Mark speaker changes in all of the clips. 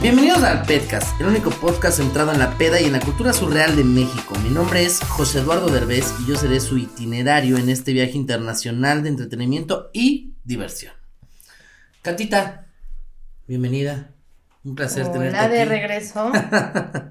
Speaker 1: Bienvenidos al Pedcast, el único podcast centrado en la peda y en la cultura surreal de México. Mi nombre es José Eduardo Derbez y yo seré su itinerario en este viaje internacional de entretenimiento y diversión. Catita, bienvenida. Un placer tenerte
Speaker 2: Hola, de
Speaker 1: aquí.
Speaker 2: regreso.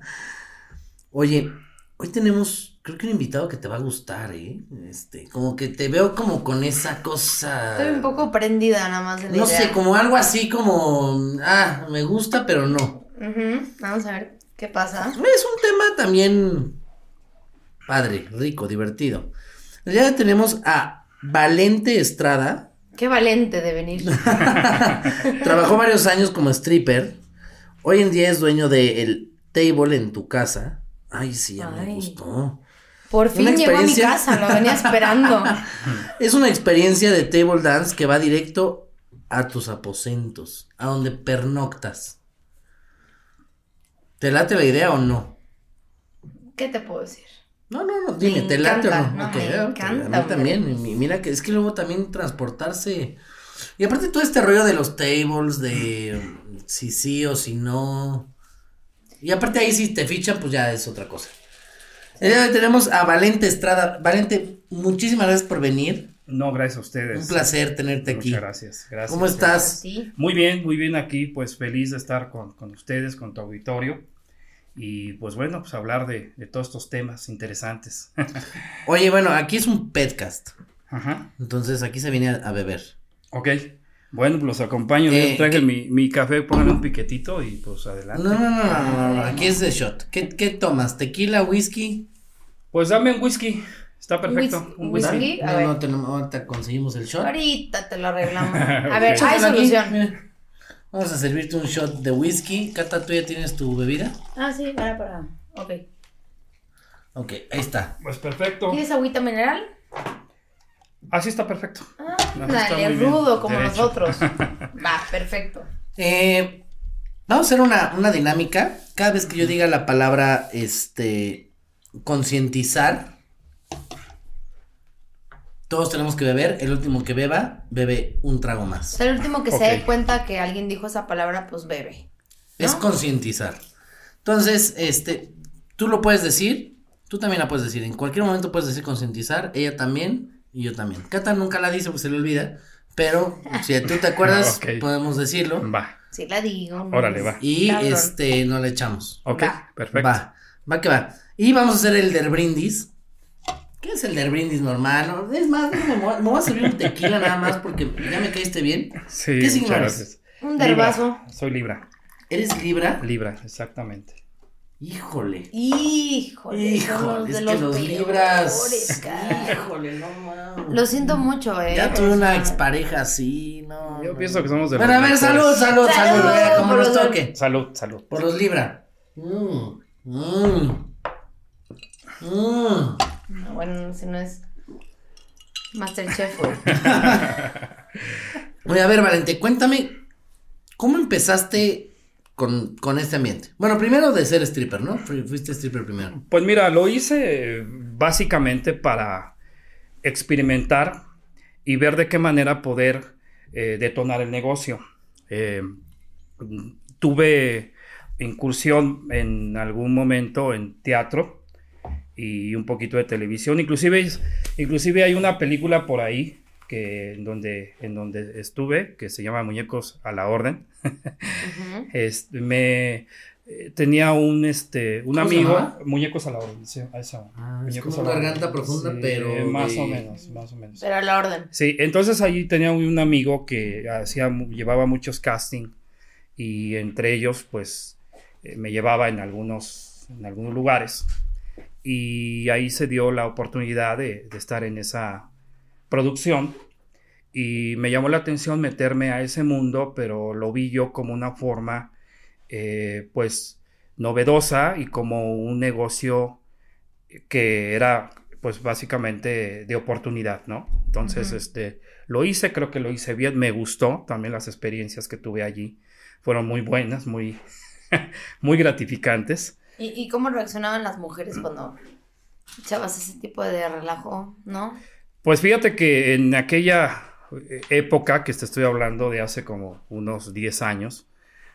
Speaker 1: Oye, hoy tenemos, creo que un invitado que te va a gustar, ¿eh? Este, como que te veo como con esa cosa.
Speaker 2: Estoy un poco prendida nada más de la
Speaker 1: No
Speaker 2: idea.
Speaker 1: sé, como algo así como, ah, me gusta, pero no.
Speaker 2: Ujú, Vamos a ver qué pasa.
Speaker 1: Es un tema también padre, rico, divertido. Ya tenemos a Valente Estrada.
Speaker 2: Qué valiente de venir.
Speaker 1: Trabajó varios años como stripper. Hoy en día es dueño del table en tu casa. Ay, sí, ya me
Speaker 2: Ay.
Speaker 1: gustó.
Speaker 2: Por fin
Speaker 1: Una
Speaker 2: llegó a mi
Speaker 1: experiencia.
Speaker 2: casa, lo venía esperando.
Speaker 1: Es una experiencia de table dance que va directo a tus aposentos, a donde pernoctas. ¿Te late la idea o no?
Speaker 2: ¿Qué te puedo decir?
Speaker 1: No, no, no, dime, ¿te late o
Speaker 2: encanta,
Speaker 1: no?
Speaker 2: no,
Speaker 1: Ok,
Speaker 2: me
Speaker 1: ok,
Speaker 2: encanta,
Speaker 1: A
Speaker 2: hombre.
Speaker 1: mí también, y mi- mira que es que luego también transportarse. Y aparte todo este rollo de los tables, de mm, si sí o si no. Y aparte ahí si te fichan, pues ya es otra cosa. El día de hoy tenemos a Valente Estrada. Valente, muchísimas gracias por venir.
Speaker 3: No, gracias a ustedes.
Speaker 1: Un placer tenerte aquí.
Speaker 3: Muchas gracias. gracias.
Speaker 1: ¿Cómo estás?
Speaker 2: Pues Sí.
Speaker 3: Muy bien, muy bien aquí, pues feliz de estar con, con ustedes, con tu auditorio. Y pues bueno, pues hablar de, de todos estos temas interesantes.
Speaker 1: Oye, bueno, aquí es un podcast.
Speaker 3: Ajá.
Speaker 1: Entonces aquí se viene a, a beber.
Speaker 3: Ok. Bueno, pues los acompaño.
Speaker 1: Eh,
Speaker 3: yo traje mi, mi café, pónganle un piquetito y pues
Speaker 1: No,
Speaker 3: adelante.
Speaker 1: no, no, no, no, no, aquí es de shot. ¿Qué, qué tomas? ¿Tequila, whisky?
Speaker 3: Pues dame un whisky. Está perfecto.
Speaker 2: Whis-
Speaker 3: un
Speaker 2: whisky.
Speaker 3: whisky.
Speaker 2: ¿Sí? A
Speaker 1: No,
Speaker 2: ver.
Speaker 1: no, tenemos, ahorita conseguimos el shot.
Speaker 2: Ahorita te lo arreglamos. A
Speaker 3: Ok.
Speaker 2: ver, hay
Speaker 1: Échatelo aquí,
Speaker 2: solución.
Speaker 1: mira. Vamos a servirte un shot de whisky. Cata, ¿tú ya tienes tu bebida?
Speaker 2: Ah, sí, para, para. Ok.
Speaker 1: Ok, ahí está.
Speaker 3: Pues perfecto.
Speaker 2: ¿Tienes agüita mineral?
Speaker 3: Así está perfecto.
Speaker 2: Ah,
Speaker 3: No, está
Speaker 2: dale,
Speaker 3: muy bien.
Speaker 2: rudo como
Speaker 3: Derecho.
Speaker 2: nosotros. Va, perfecto.
Speaker 1: Eh, vamos a hacer una, una dinámica. Cada vez que yo diga la palabra, este, concientizar, todos tenemos que beber. El último que beba, bebe un trago
Speaker 2: O
Speaker 1: más.
Speaker 2: sea, el último que
Speaker 3: Ok.
Speaker 2: se dé cuenta que alguien dijo esa palabra, pues bebe. ¿no?
Speaker 1: Es concientizar. Entonces, este, tú lo puedes decir, tú también la puedes decir. En cualquier momento puedes decir concientizar, ella también y yo también. Cata nunca la dice porque se le olvida, pero si tú te acuerdas,
Speaker 3: Ok. Mm.
Speaker 1: podemos decirlo.
Speaker 3: Va.
Speaker 2: Sí la digo. no
Speaker 3: Órale,
Speaker 2: es
Speaker 3: va.
Speaker 1: Y
Speaker 2: cabrón.
Speaker 1: este, no le echamos.
Speaker 3: Ok,
Speaker 2: Va.
Speaker 3: perfecto.
Speaker 1: Va, va que va. Y vamos a hacer el del brindis. ¿Qué es el del brindis normal? No, Es más, me voy, a- me voy a servir un tequila nada más porque ya me caíste bien.
Speaker 3: Sí,
Speaker 1: ¿Qué signo
Speaker 3: muchas
Speaker 1: eres?
Speaker 3: gracias.
Speaker 2: Un
Speaker 3: Libra.
Speaker 2: derbazo.
Speaker 3: Soy Libra.
Speaker 1: ¿Eres Libra?
Speaker 3: Libra, exactamente.
Speaker 1: Híjole.
Speaker 2: Híjole, son
Speaker 1: Híjole,
Speaker 2: los
Speaker 1: es
Speaker 2: de
Speaker 1: que
Speaker 2: los,
Speaker 1: los
Speaker 2: peores,
Speaker 1: libras.
Speaker 2: cara.
Speaker 1: Híjole, no mames.
Speaker 2: Lo siento mucho, eh.
Speaker 1: Ya tuve una
Speaker 2: O sea,
Speaker 1: expareja así, no.
Speaker 3: Yo
Speaker 1: no,
Speaker 3: pienso
Speaker 1: no.
Speaker 3: que somos de
Speaker 1: Bueno, a
Speaker 3: los
Speaker 1: ver,
Speaker 3: mejores.
Speaker 1: salud, salud, salud,
Speaker 2: Salud,
Speaker 1: venga, como
Speaker 2: por
Speaker 1: nos
Speaker 2: los dos.
Speaker 1: toque.
Speaker 3: Salud, salud.
Speaker 1: Por los libra. Mmm. Mmm. Mmm.
Speaker 2: no, Bueno, si no es Masterchef. güey.
Speaker 1: Oye, a ver, Valente, cuéntame, ¿cómo empezaste con, con este ambiente? Bueno, primero de ser stripper, ¿no? Fui- Fuiste stripper primero.
Speaker 3: Pues mira, lo hice eh, básicamente para experimentar y ver de qué manera poder eh, detonar el negocio. Eh, mm, tuve incursión en algún momento en teatro y un poquito de televisión. Inclusive, es- inclusive hay una película por ahí que, en, donde, en donde estuve que se llama Muñecos a la Orden.
Speaker 2: Ujú.
Speaker 3: Este, me eh, tenía un este un
Speaker 1: ¿Cómo se
Speaker 3: amigo
Speaker 1: llamaba?
Speaker 3: muñecos a la orden sí, a eso.
Speaker 1: Ah, es
Speaker 3: Muñecos
Speaker 1: como
Speaker 3: a la
Speaker 1: Garganta
Speaker 3: Orden.
Speaker 1: Profunda,
Speaker 3: Sí,
Speaker 1: pero
Speaker 3: más
Speaker 1: de-
Speaker 3: o menos más o menos
Speaker 2: Pero a la orden.
Speaker 3: sí entonces ahí tenía un un amigo que hacía mu- llevaba muchos casting y entre ellos pues eh, me llevaba en algunos en algunos lugares y ahí se dio la oportunidad de, de estar en esa producción y me llamó la atención meterme a ese mundo, pero lo vi yo como una forma eh, pues novedosa y como un negocio que era pues básicamente de oportunidad, ¿no? Entonces,
Speaker 2: Ujú.
Speaker 3: este, lo hice, creo que lo hice bien, me gustó, también las experiencias que tuve allí fueron muy buenas, muy, muy gratificantes.
Speaker 2: ¿Y, y cómo reaccionaban las mujeres cuando echabas ese tipo de relajo, no?
Speaker 3: Pues fíjate que en aquella eh, época que te estoy hablando de hace como unos 10 años,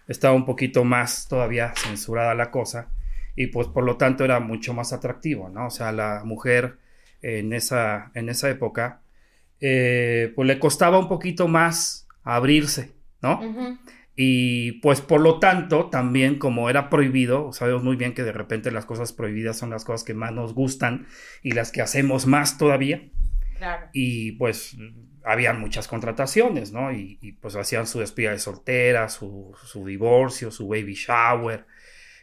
Speaker 3: estaba un poquito más todavía censurada la cosa y pues por lo tanto era mucho más atractivo, ¿no? O sea, la mujer en esa, en esa época, eh, pues le costaba un poquito más abrirse, ¿no?
Speaker 2: Ujú.
Speaker 3: Y pues por lo tanto, también como era prohibido, sabemos muy bien que de repente las cosas prohibidas son las cosas que más nos gustan y las que hacemos más todavía.
Speaker 2: Claro.
Speaker 3: Y pues había muchas contrataciones, ¿no? Y, y, pues hacían su despedida de soltera, su, su divorcio, su baby shower.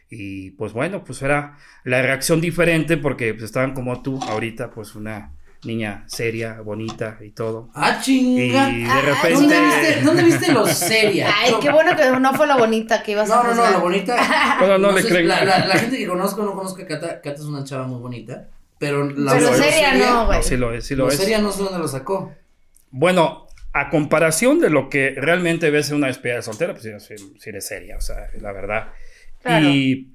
Speaker 3: Y pues bueno, pues era la reacción diferente porque pues, estaban como tú ahorita, pues una niña seria, bonita y todo.
Speaker 1: Ah,
Speaker 3: Y
Speaker 1: chinga.
Speaker 3: de
Speaker 2: Ah,
Speaker 3: repente...
Speaker 1: ¿Dónde viste, ¿Dónde viste los seria?
Speaker 2: Ay, qué bueno que no fue lo bonita que ibas a
Speaker 1: No, no, no,
Speaker 2: juzgar.
Speaker 1: lo bonita.
Speaker 3: Bueno, no,
Speaker 1: no
Speaker 3: le
Speaker 1: sé,
Speaker 3: creen.
Speaker 1: La, la- la gente que conozco no conozco a Cata. Cata es una chava muy bonita. Pero la
Speaker 2: Pero
Speaker 1: los
Speaker 2: seria no, güey.
Speaker 3: No, sí lo es, sí lo
Speaker 1: Los
Speaker 3: es.
Speaker 1: seria no sé dónde lo sacó.
Speaker 3: Bueno, a comparación de lo que realmente ves en una despedida de soltera, pues sí, sí- sí eres seria, o sea, la verdad.
Speaker 2: Claro.
Speaker 3: Y,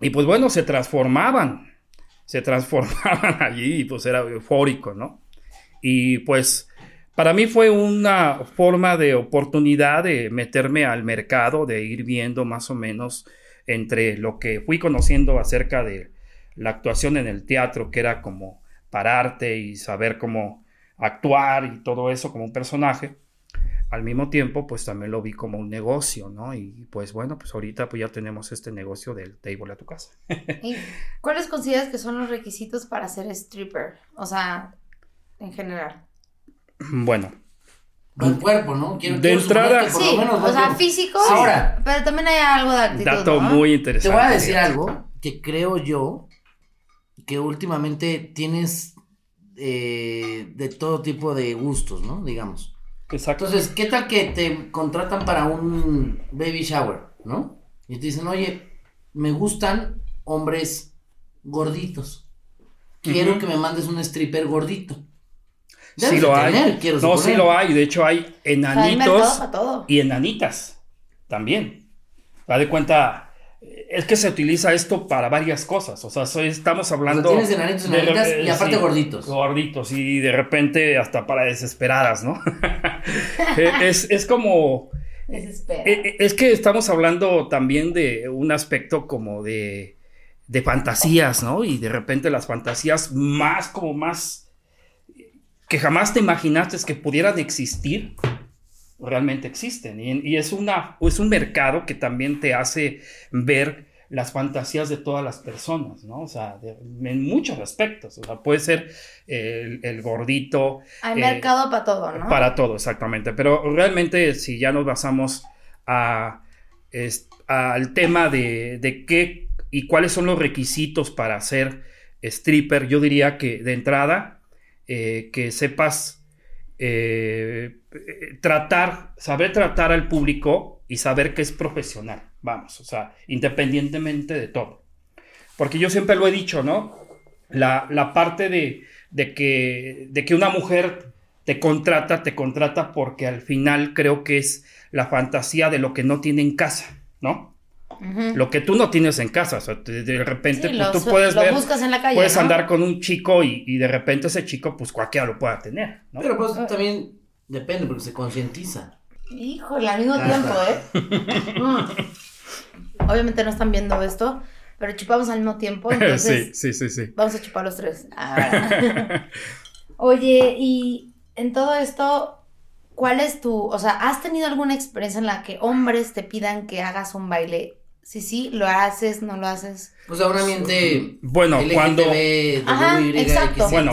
Speaker 3: y, pues bueno, se transformaban, se transformaban allí y pues era eufórico, ¿no? Y pues para mí fue una forma de oportunidad de meterme al mercado, de ir viendo más o menos entre lo que fui conociendo acerca de la actuación en el teatro, que era como pararte y saber cómo actuar y todo eso como un personaje. Al mismo tiempo, pues también lo vi como un negocio, ¿no? Y pues bueno, pues ahorita pues ya tenemos este negocio del table a tu casa.
Speaker 2: ¿Y ¿Cuáles consideras que son los requisitos para ser stripper? O sea, en general.
Speaker 3: Bueno,
Speaker 1: Buen cuerpo, ¿no? Quiero,
Speaker 3: De
Speaker 1: quiero suponer
Speaker 3: entrada-
Speaker 1: que por lo
Speaker 2: Sí,
Speaker 1: menos
Speaker 2: o
Speaker 1: buen
Speaker 2: sea,
Speaker 1: cuerpo.
Speaker 2: físico,
Speaker 1: Sí. Ahora.
Speaker 2: pero también hay algo de actitud,
Speaker 3: dato
Speaker 2: ¿no?
Speaker 3: muy
Speaker 1: Te
Speaker 3: interesante.
Speaker 1: voy a decir algo que creo yo que últimamente tienes eh, de todo tipo de gustos, ¿no? Digamos.
Speaker 3: Exacto.
Speaker 1: Entonces, ¿qué tal que te contratan para un baby shower, ¿no? Y te dicen, oye, me gustan hombres gorditos. Quiero
Speaker 3: Ujú.
Speaker 1: que me mandes un stripper gordito.
Speaker 3: sí
Speaker 1: Debes
Speaker 3: lo
Speaker 1: de
Speaker 3: hay.
Speaker 1: tener, quiero
Speaker 3: no,
Speaker 1: suponer.
Speaker 3: sí lo hay. De hecho, hay
Speaker 2: O sea, hay mercado
Speaker 3: enanitos
Speaker 2: para todo.
Speaker 3: y enanitas también. Da de cuenta, es que se utiliza esto para varias cosas. O sea, soy- estamos hablando.
Speaker 1: tienes enanitos,
Speaker 3: de re-
Speaker 1: enanitas y
Speaker 3: eh,
Speaker 1: aparte gorditos.
Speaker 3: Gorditos y de repente hasta para desesperadas, ¿no? Eh, es, es como.
Speaker 2: Desespera.
Speaker 3: eh, eh, Es que estamos hablando también de un aspecto como de, de fantasías, ¿no? Y de repente las fantasías más, como más, que jamás te imaginaste que pudieran existir, realmente existen. Y, en- y es, una, es un mercado que también te hace ver las fantasías de todas las personas, ¿no? O sea, de- en muchos aspectos. O sea, puede ser eh, el, el gordito,
Speaker 2: hay
Speaker 3: eh,
Speaker 2: mercado para todo, ¿no?
Speaker 3: para todo, exactamente. Pero realmente, si ya nos basamos a, es- al tema de, de qué y cuáles son los requisitos para ser stripper, yo diría que de entrada, eh, que sepas eh, eh, tratar, saber tratar al público y saber que es profesional, vamos, o sea, independientemente de todo. Porque yo siempre lo he dicho, ¿no? La, la parte de, de que, de que una mujer te contrata, te contrata porque al final creo que es la fantasía de lo que no tiene en casa, ¿no?
Speaker 2: Ujú.
Speaker 3: Lo que tú no tienes en casa, o sea, te- de repente
Speaker 2: Sí,
Speaker 3: pues,
Speaker 2: lo,
Speaker 3: tú
Speaker 2: su-
Speaker 3: puedes
Speaker 2: lo
Speaker 3: ver,
Speaker 2: buscas en la calle,
Speaker 3: puedes
Speaker 2: ¿no?
Speaker 3: andar con un chico y, y de repente ese chico, pues cualquiera lo pueda tener, ¿no?
Speaker 1: Pero pues
Speaker 2: Ah.
Speaker 1: también depende, porque se concientiza.
Speaker 2: Híjole, al mismo
Speaker 3: Ah.
Speaker 1: Ajá.
Speaker 2: tiempo, ¿eh? Mm. Obviamente no están viendo esto, pero chupamos al mismo tiempo, entonces
Speaker 3: sí, sí, sí.
Speaker 2: vamos a chupar los tres. Ah. Oye, y en todo esto, ¿cuál es tu, o sea, has tenido alguna experiencia en la que hombres te pidan que hagas un baile? Sí, sí, lo haces, no lo haces.
Speaker 1: O sea, un ambiente
Speaker 3: Bueno, cuando...
Speaker 1: LGTB,
Speaker 2: Ajá,
Speaker 1: WY,
Speaker 2: exacto.
Speaker 1: XYZ.
Speaker 3: Bueno,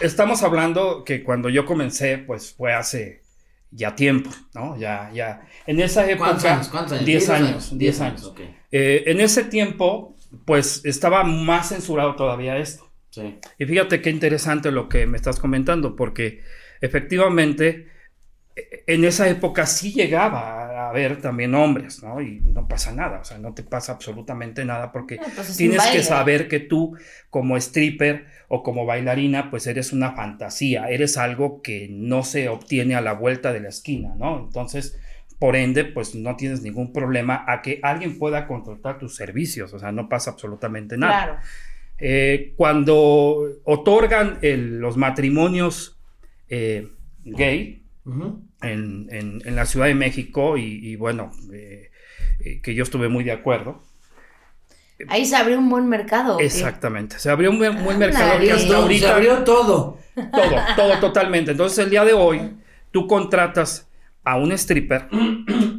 Speaker 3: Estamos hablando que cuando yo comencé, pues fue hace ya tiempo, ¿no? Ya, ya. En esa época.
Speaker 1: ¿Cuántos años? ¿Cuántos años?
Speaker 3: 10 años, 10 años.
Speaker 1: ok.
Speaker 3: Eh, en ese tiempo, pues estaba más censurado todavía esto.
Speaker 1: Sí.
Speaker 3: Y fíjate qué interesante lo que me estás comentando, porque efectivamente e- en esa época sí llegaba a haber también hombres, ¿no? Y no pasa nada, o sea, no te pasa absolutamente nada porque
Speaker 2: No, pues es un
Speaker 3: tienes que
Speaker 2: baile.
Speaker 3: saber que tú como stripper o como bailarina, pues eres una fantasía, eres algo que no se obtiene a la vuelta de la esquina, ¿no? Entonces, por ende, pues no tienes ningún problema a que alguien pueda contratar tus servicios, o sea, no pasa absolutamente nada.
Speaker 2: Claro.
Speaker 3: Eh, cuando otorgan el- los matrimonios eh, gay
Speaker 1: Ujú.
Speaker 3: en, en- en la Ciudad de México y, y bueno, eh, eh, que yo estuve muy de acuerdo.
Speaker 2: Ahí se abrió un buen mercado. ¿o qué?
Speaker 3: Exactamente, se abrió un buen, un buen mercado
Speaker 2: Ándale.
Speaker 3: que hasta
Speaker 2: Todo,
Speaker 1: Se
Speaker 3: ahorita
Speaker 1: abrió todo.
Speaker 3: todo, todo totalmente. Entonces el día de hoy tú contratas a un stripper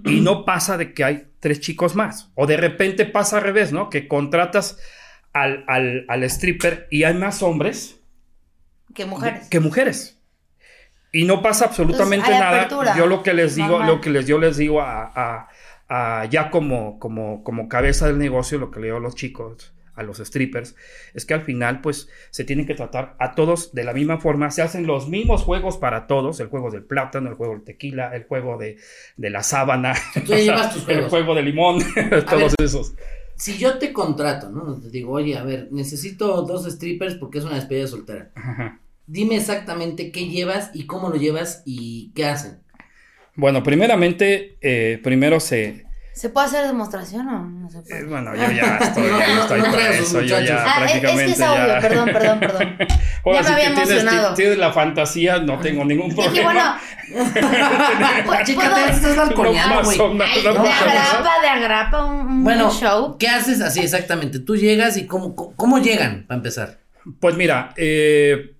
Speaker 3: y no pasa de que hay tres chicos más. O de repente pasa al revés, ¿no? Que contratas al, al- al stripper y hay más hombres
Speaker 2: Que mujeres.
Speaker 3: que mujeres. Y no pasa absolutamente
Speaker 2: Entonces, hay
Speaker 3: nada.
Speaker 2: apertura.
Speaker 3: Yo lo que les digo,
Speaker 2: Normal.
Speaker 3: lo que les, yo les digo a, a- a- ya como, como, como cabeza del negocio, lo que le digo a los chicos, a los strippers, es que al final, pues, se tienen que tratar a todos de la misma forma. Se hacen los mismos juegos para todos: el juego del plátano, el juego del tequila, el juego de, de la sábana,
Speaker 1: Tú ya llevas tus
Speaker 3: el
Speaker 1: juegos.
Speaker 3: juego de limón, todos esos.
Speaker 1: Si yo te contrato, ¿no? Te digo, oye, a ver, necesito dos strippers porque es una despedida soltera.
Speaker 3: Ajá.
Speaker 1: Dime exactamente qué llevas y cómo lo llevas y qué hacen.
Speaker 3: Bueno, primeramente, eh, primero se,
Speaker 2: ¿Se puede hacer demostración o no se puede?
Speaker 3: Eh, Bueno, yo ya estoy,
Speaker 1: No,
Speaker 3: yo
Speaker 1: no,
Speaker 3: estoy
Speaker 1: no
Speaker 3: para
Speaker 1: traigas
Speaker 3: eso,
Speaker 1: sus
Speaker 3: yo ya
Speaker 1: muchachos.
Speaker 2: Ah, es, es
Speaker 3: prácticamente
Speaker 2: que es
Speaker 3: ya.
Speaker 2: audio, perdón, perdón, perdón.
Speaker 3: Ahora
Speaker 2: me
Speaker 3: sí que
Speaker 2: había
Speaker 3: tienes- ti-
Speaker 2: emocionado.
Speaker 3: Tienes, la fantasía, no tengo ningún
Speaker 2: Dije, bueno,
Speaker 3: problema.
Speaker 2: pues,
Speaker 1: Chica,
Speaker 2: ¿puedo?
Speaker 1: te estás
Speaker 3: No
Speaker 1: balconeando,
Speaker 3: más
Speaker 1: güey.
Speaker 3: o menos,
Speaker 2: Ay,
Speaker 3: no
Speaker 2: de
Speaker 3: más o menos.
Speaker 2: agrapa, de agrapa, un, un
Speaker 1: Bueno,
Speaker 2: show.
Speaker 1: ¿qué haces así exactamente? Tú llegas y cómo, cómo, cómo llegan, para empezar.
Speaker 3: Pues mira, eh,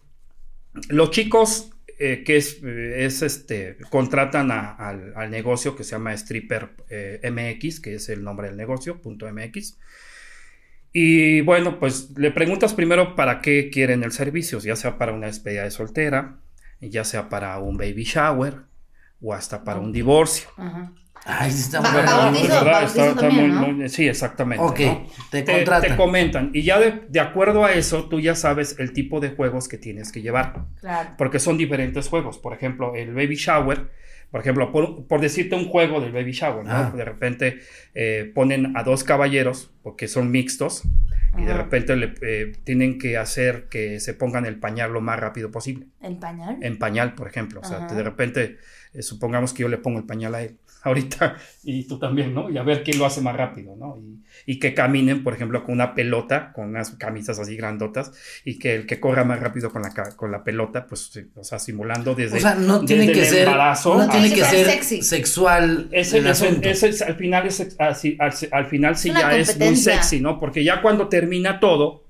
Speaker 3: los chicos eh, que es, eh, es este, contratan a- al, al negocio que se llama Stripper eh, MX, que es el nombre del negocio, punto MX. Y bueno, pues le preguntas primero para qué quieren el servicio, ya sea para una despedida de soltera, ya sea para un baby shower o hasta para un divorcio.
Speaker 2: Ajá.
Speaker 1: Ay, sí está
Speaker 2: Va-
Speaker 1: bueno.
Speaker 2: Ah, bautizo,
Speaker 1: ¿verdad?
Speaker 3: ¿Verdad?
Speaker 2: bautizo también, ¿no?
Speaker 3: sí, exactamente.
Speaker 1: Ok,
Speaker 3: ¿no?
Speaker 1: te
Speaker 3: te, te
Speaker 1: contratan.
Speaker 3: comentan. Y ya de, de acuerdo a eso, tú ya sabes el tipo de juegos que tienes que llevar.
Speaker 2: Claro.
Speaker 3: Porque son diferentes juegos. Por ejemplo, el baby shower. Por ejemplo, por, por decirte un juego del baby shower, ¿no?
Speaker 1: Ah.
Speaker 3: De repente eh, ponen a dos caballeros, porque son mixtos, y de
Speaker 2: Ajá.
Speaker 3: repente le, eh, tienen que hacer que se pongan el pañal lo más rápido posible.
Speaker 2: ¿El pañal?
Speaker 3: En pañal, por ejemplo. O sea,
Speaker 2: Ajá.
Speaker 3: de repente, eh, supongamos que yo le pongo el pañal a él ahorita y tú también, ¿no? Y a ver quién lo hace más rápido, ¿no? Y, y que caminen, por ejemplo, con una pelota, con unas camisas así grandotas, y que el que corra más rápido con la, ca- con la pelota, pues, sí, o sea, simulando desde...
Speaker 1: O sea, no
Speaker 3: desde
Speaker 1: tiene que
Speaker 3: el
Speaker 1: ser,
Speaker 3: embarazo
Speaker 1: no
Speaker 3: hasta-
Speaker 1: tiene que
Speaker 2: Súper
Speaker 1: ser
Speaker 2: sexy.
Speaker 1: sexual
Speaker 3: ese,
Speaker 1: el
Speaker 3: ese-
Speaker 1: asunto.
Speaker 3: ese es- al final, es, así- al, al final sí
Speaker 2: Es una
Speaker 3: ya es muy
Speaker 2: competencia.
Speaker 3: sexy, ¿no? Porque ya cuando termina todo,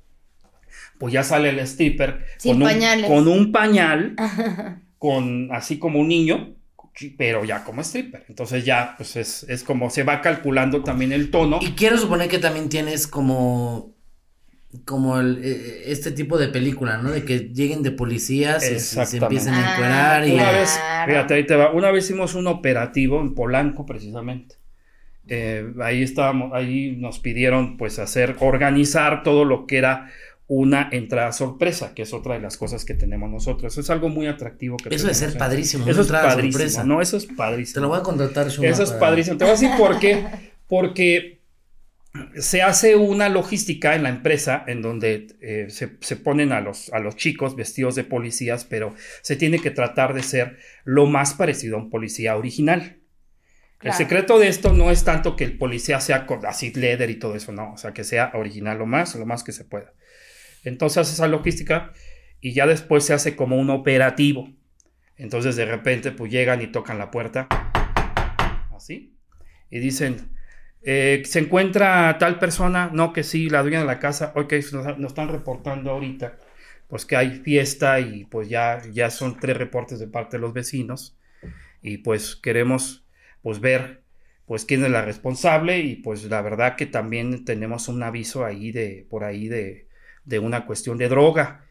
Speaker 3: pues ya sale el stripper
Speaker 2: Sin
Speaker 3: con, un,
Speaker 2: pañales.
Speaker 3: con un pañal, con así como un niño, pero ya como stripper. Entonces ya, pues es, es como se va calculando también el tono.
Speaker 1: Y quiero suponer que también tienes como como el, eh, este tipo de película, ¿no? De que lleguen de policías y se- se
Speaker 3: Exactamente.
Speaker 1: empiecen a encuerar y...
Speaker 2: Ah,
Speaker 3: Una
Speaker 2: Claro.
Speaker 3: vez, fíjate, ahí te va. Una vez hicimos un operativo en Polanco, precisamente. Eh, ahí estábamos, ahí nos pidieron, pues, hacer, organizar todo lo que era una entrada sorpresa, que es otra de las cosas que tenemos nosotros. Es algo muy atractivo que
Speaker 1: Eso de
Speaker 3: tenemos,
Speaker 1: ser
Speaker 3: ¿eh?
Speaker 1: padrísimo, una
Speaker 3: Eso es
Speaker 1: entrada
Speaker 3: padrísimo.
Speaker 1: sorpresa.
Speaker 3: No, eso es padrísimo.
Speaker 1: Te lo voy a contratar, Shuma,
Speaker 3: Eso es
Speaker 1: para-
Speaker 3: padrísimo. Te voy a decir por qué. Porque se hace una logística en la empresa en donde eh, se, se ponen a los, a los chicos vestidos de policías, pero se tiene que tratar de ser lo más parecido a un policía original. El
Speaker 2: Claro.
Speaker 3: secreto de esto no es tanto que el policía sea co- así leather y todo eso, no, o sea, que sea original lo más, lo más que se pueda. Entonces esa logística y ya después se hace como un operativo. Entonces de repente pues llegan y tocan la puerta, así, y dicen, eh, ¿se encuentra tal persona? No, que sí, la dueña de la casa, ok, nos, nos están reportando ahorita, pues que hay fiesta y pues ya, ya son tres reportes de parte de los vecinos y pues queremos pues ver pues quién es la responsable y pues la verdad que también tenemos un aviso ahí de por ahí de, de una cuestión de droga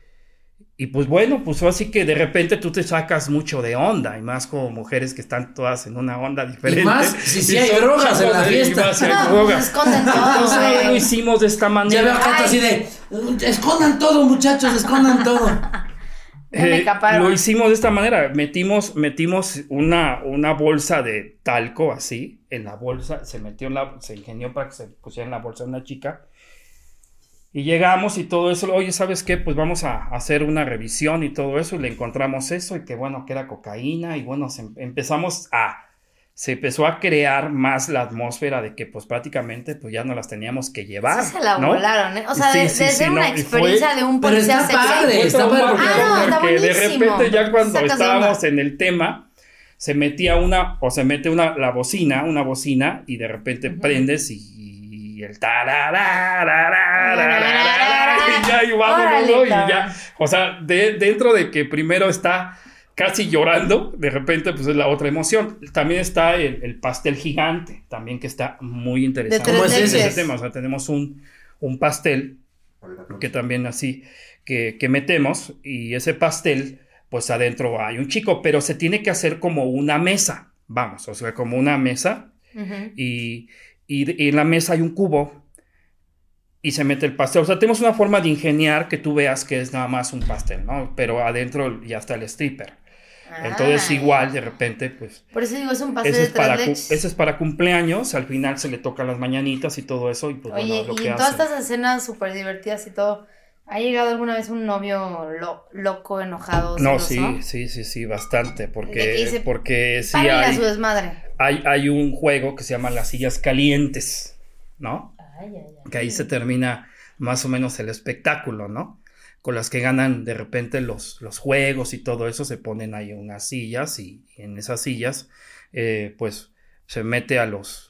Speaker 3: y pues bueno pues así que de repente tú te sacas mucho de onda y más como mujeres que están todas en una onda diferente
Speaker 1: más si sí
Speaker 3: Y
Speaker 1: hay
Speaker 3: son
Speaker 1: drogas en
Speaker 3: chicas
Speaker 1: la
Speaker 3: de- y
Speaker 1: fiesta.
Speaker 3: más si hay
Speaker 2: No,
Speaker 3: drogas.
Speaker 2: se esconden todos,
Speaker 3: Entonces, lo
Speaker 2: güey.
Speaker 3: hicimos de esta
Speaker 1: Ya veo
Speaker 3: manera
Speaker 1: a Cato
Speaker 2: Ay.
Speaker 1: así de... "Mm, Escondan todo, muchachos, escondan todo.
Speaker 2: Ya me
Speaker 3: Eh,
Speaker 2: escaparon.
Speaker 3: lo hicimos de esta manera. Metimos, metimos una, una bolsa de talco así en la bolsa. Se metió en la, se ingenió para que se pusiera en la bolsa una chica. Y llegamos y todo eso. Oye, ¿sabes qué? Pues vamos a hacer una revisión y todo eso. Y le encontramos eso y que bueno, que era cocaína. Y bueno, se em- empezamos a. Se empezó a crear más la atmósfera de que, pues prácticamente, pues ya no las teníamos que llevar.
Speaker 2: Sí se la
Speaker 3: ¿no?
Speaker 2: volaron, ¿eh? O sea,
Speaker 3: Sí,
Speaker 2: de,
Speaker 3: sí,
Speaker 2: de
Speaker 3: sí,
Speaker 2: ser
Speaker 3: no,
Speaker 2: una
Speaker 3: y fue-
Speaker 2: experiencia de un
Speaker 1: Pero
Speaker 2: policía
Speaker 1: está
Speaker 2: sexy.
Speaker 1: padre.
Speaker 3: Fue
Speaker 1: está
Speaker 3: traumático,
Speaker 1: padre porque-
Speaker 2: Ah, no, está
Speaker 3: porque de
Speaker 2: buenísimo.
Speaker 3: repente ya cuando
Speaker 2: Sacas de
Speaker 3: estábamos
Speaker 2: onda.
Speaker 3: en el tema se metía una, o se mete una, la bocina, una bocina, y de repente
Speaker 2: Ujú.
Speaker 3: prendes y, y el tararararararararara, y ya, y vámonos,
Speaker 2: Órale,
Speaker 3: ¿no? Y
Speaker 2: cabrón.
Speaker 3: ya, o sea, de- dentro de que primero está casi llorando, de repente, pues es la otra emoción. También está el, el pastel gigante, también que está muy interesante.
Speaker 2: tres
Speaker 1: ¿Cómo es ese?
Speaker 3: Ese
Speaker 2: leches.
Speaker 3: tema, o sea, tenemos un, un pastel que también así que, que metemos y ese pastel pues adentro hay un chico pero se tiene que hacer como una mesa vamos o sea como una mesa
Speaker 2: Ujú.
Speaker 3: y, y- y en la mesa hay un cubo y se mete el pastel o sea tenemos una forma de ingeniar que tú veas que es nada más un pastel no pero adentro ya está el stripper entonces
Speaker 2: Ah.
Speaker 3: igual de repente pues
Speaker 2: Por eso digo, es un pastel
Speaker 3: ese
Speaker 2: de
Speaker 3: es,
Speaker 2: tres
Speaker 3: para cu-
Speaker 2: leches.
Speaker 3: ese es para cumpleaños al final se le tocan las mañanitas y todo eso y pues bueno
Speaker 2: Oye,
Speaker 3: es lo
Speaker 2: y
Speaker 3: que
Speaker 2: en todas
Speaker 3: hacen.
Speaker 2: estas escenas súper divertidas y todo, ¿ha llegado alguna vez un novio lo- loco, enojado?
Speaker 3: No,
Speaker 2: celoso?
Speaker 3: sí, sí, sí, sí, bastante,
Speaker 2: De que
Speaker 3: porque,
Speaker 2: dice,
Speaker 3: porque sí
Speaker 2: Párenle a
Speaker 3: hay,
Speaker 2: su desmadre.
Speaker 3: hay, hay un juego que se llama Las sillas calientes, ¿no? Que ahí se termina más o menos el espectáculo, ¿no? Con las que ganan de repente los, los juegos y todo eso, se ponen ahí unas sillas y, y en esas sillas, eh, pues, se mete a los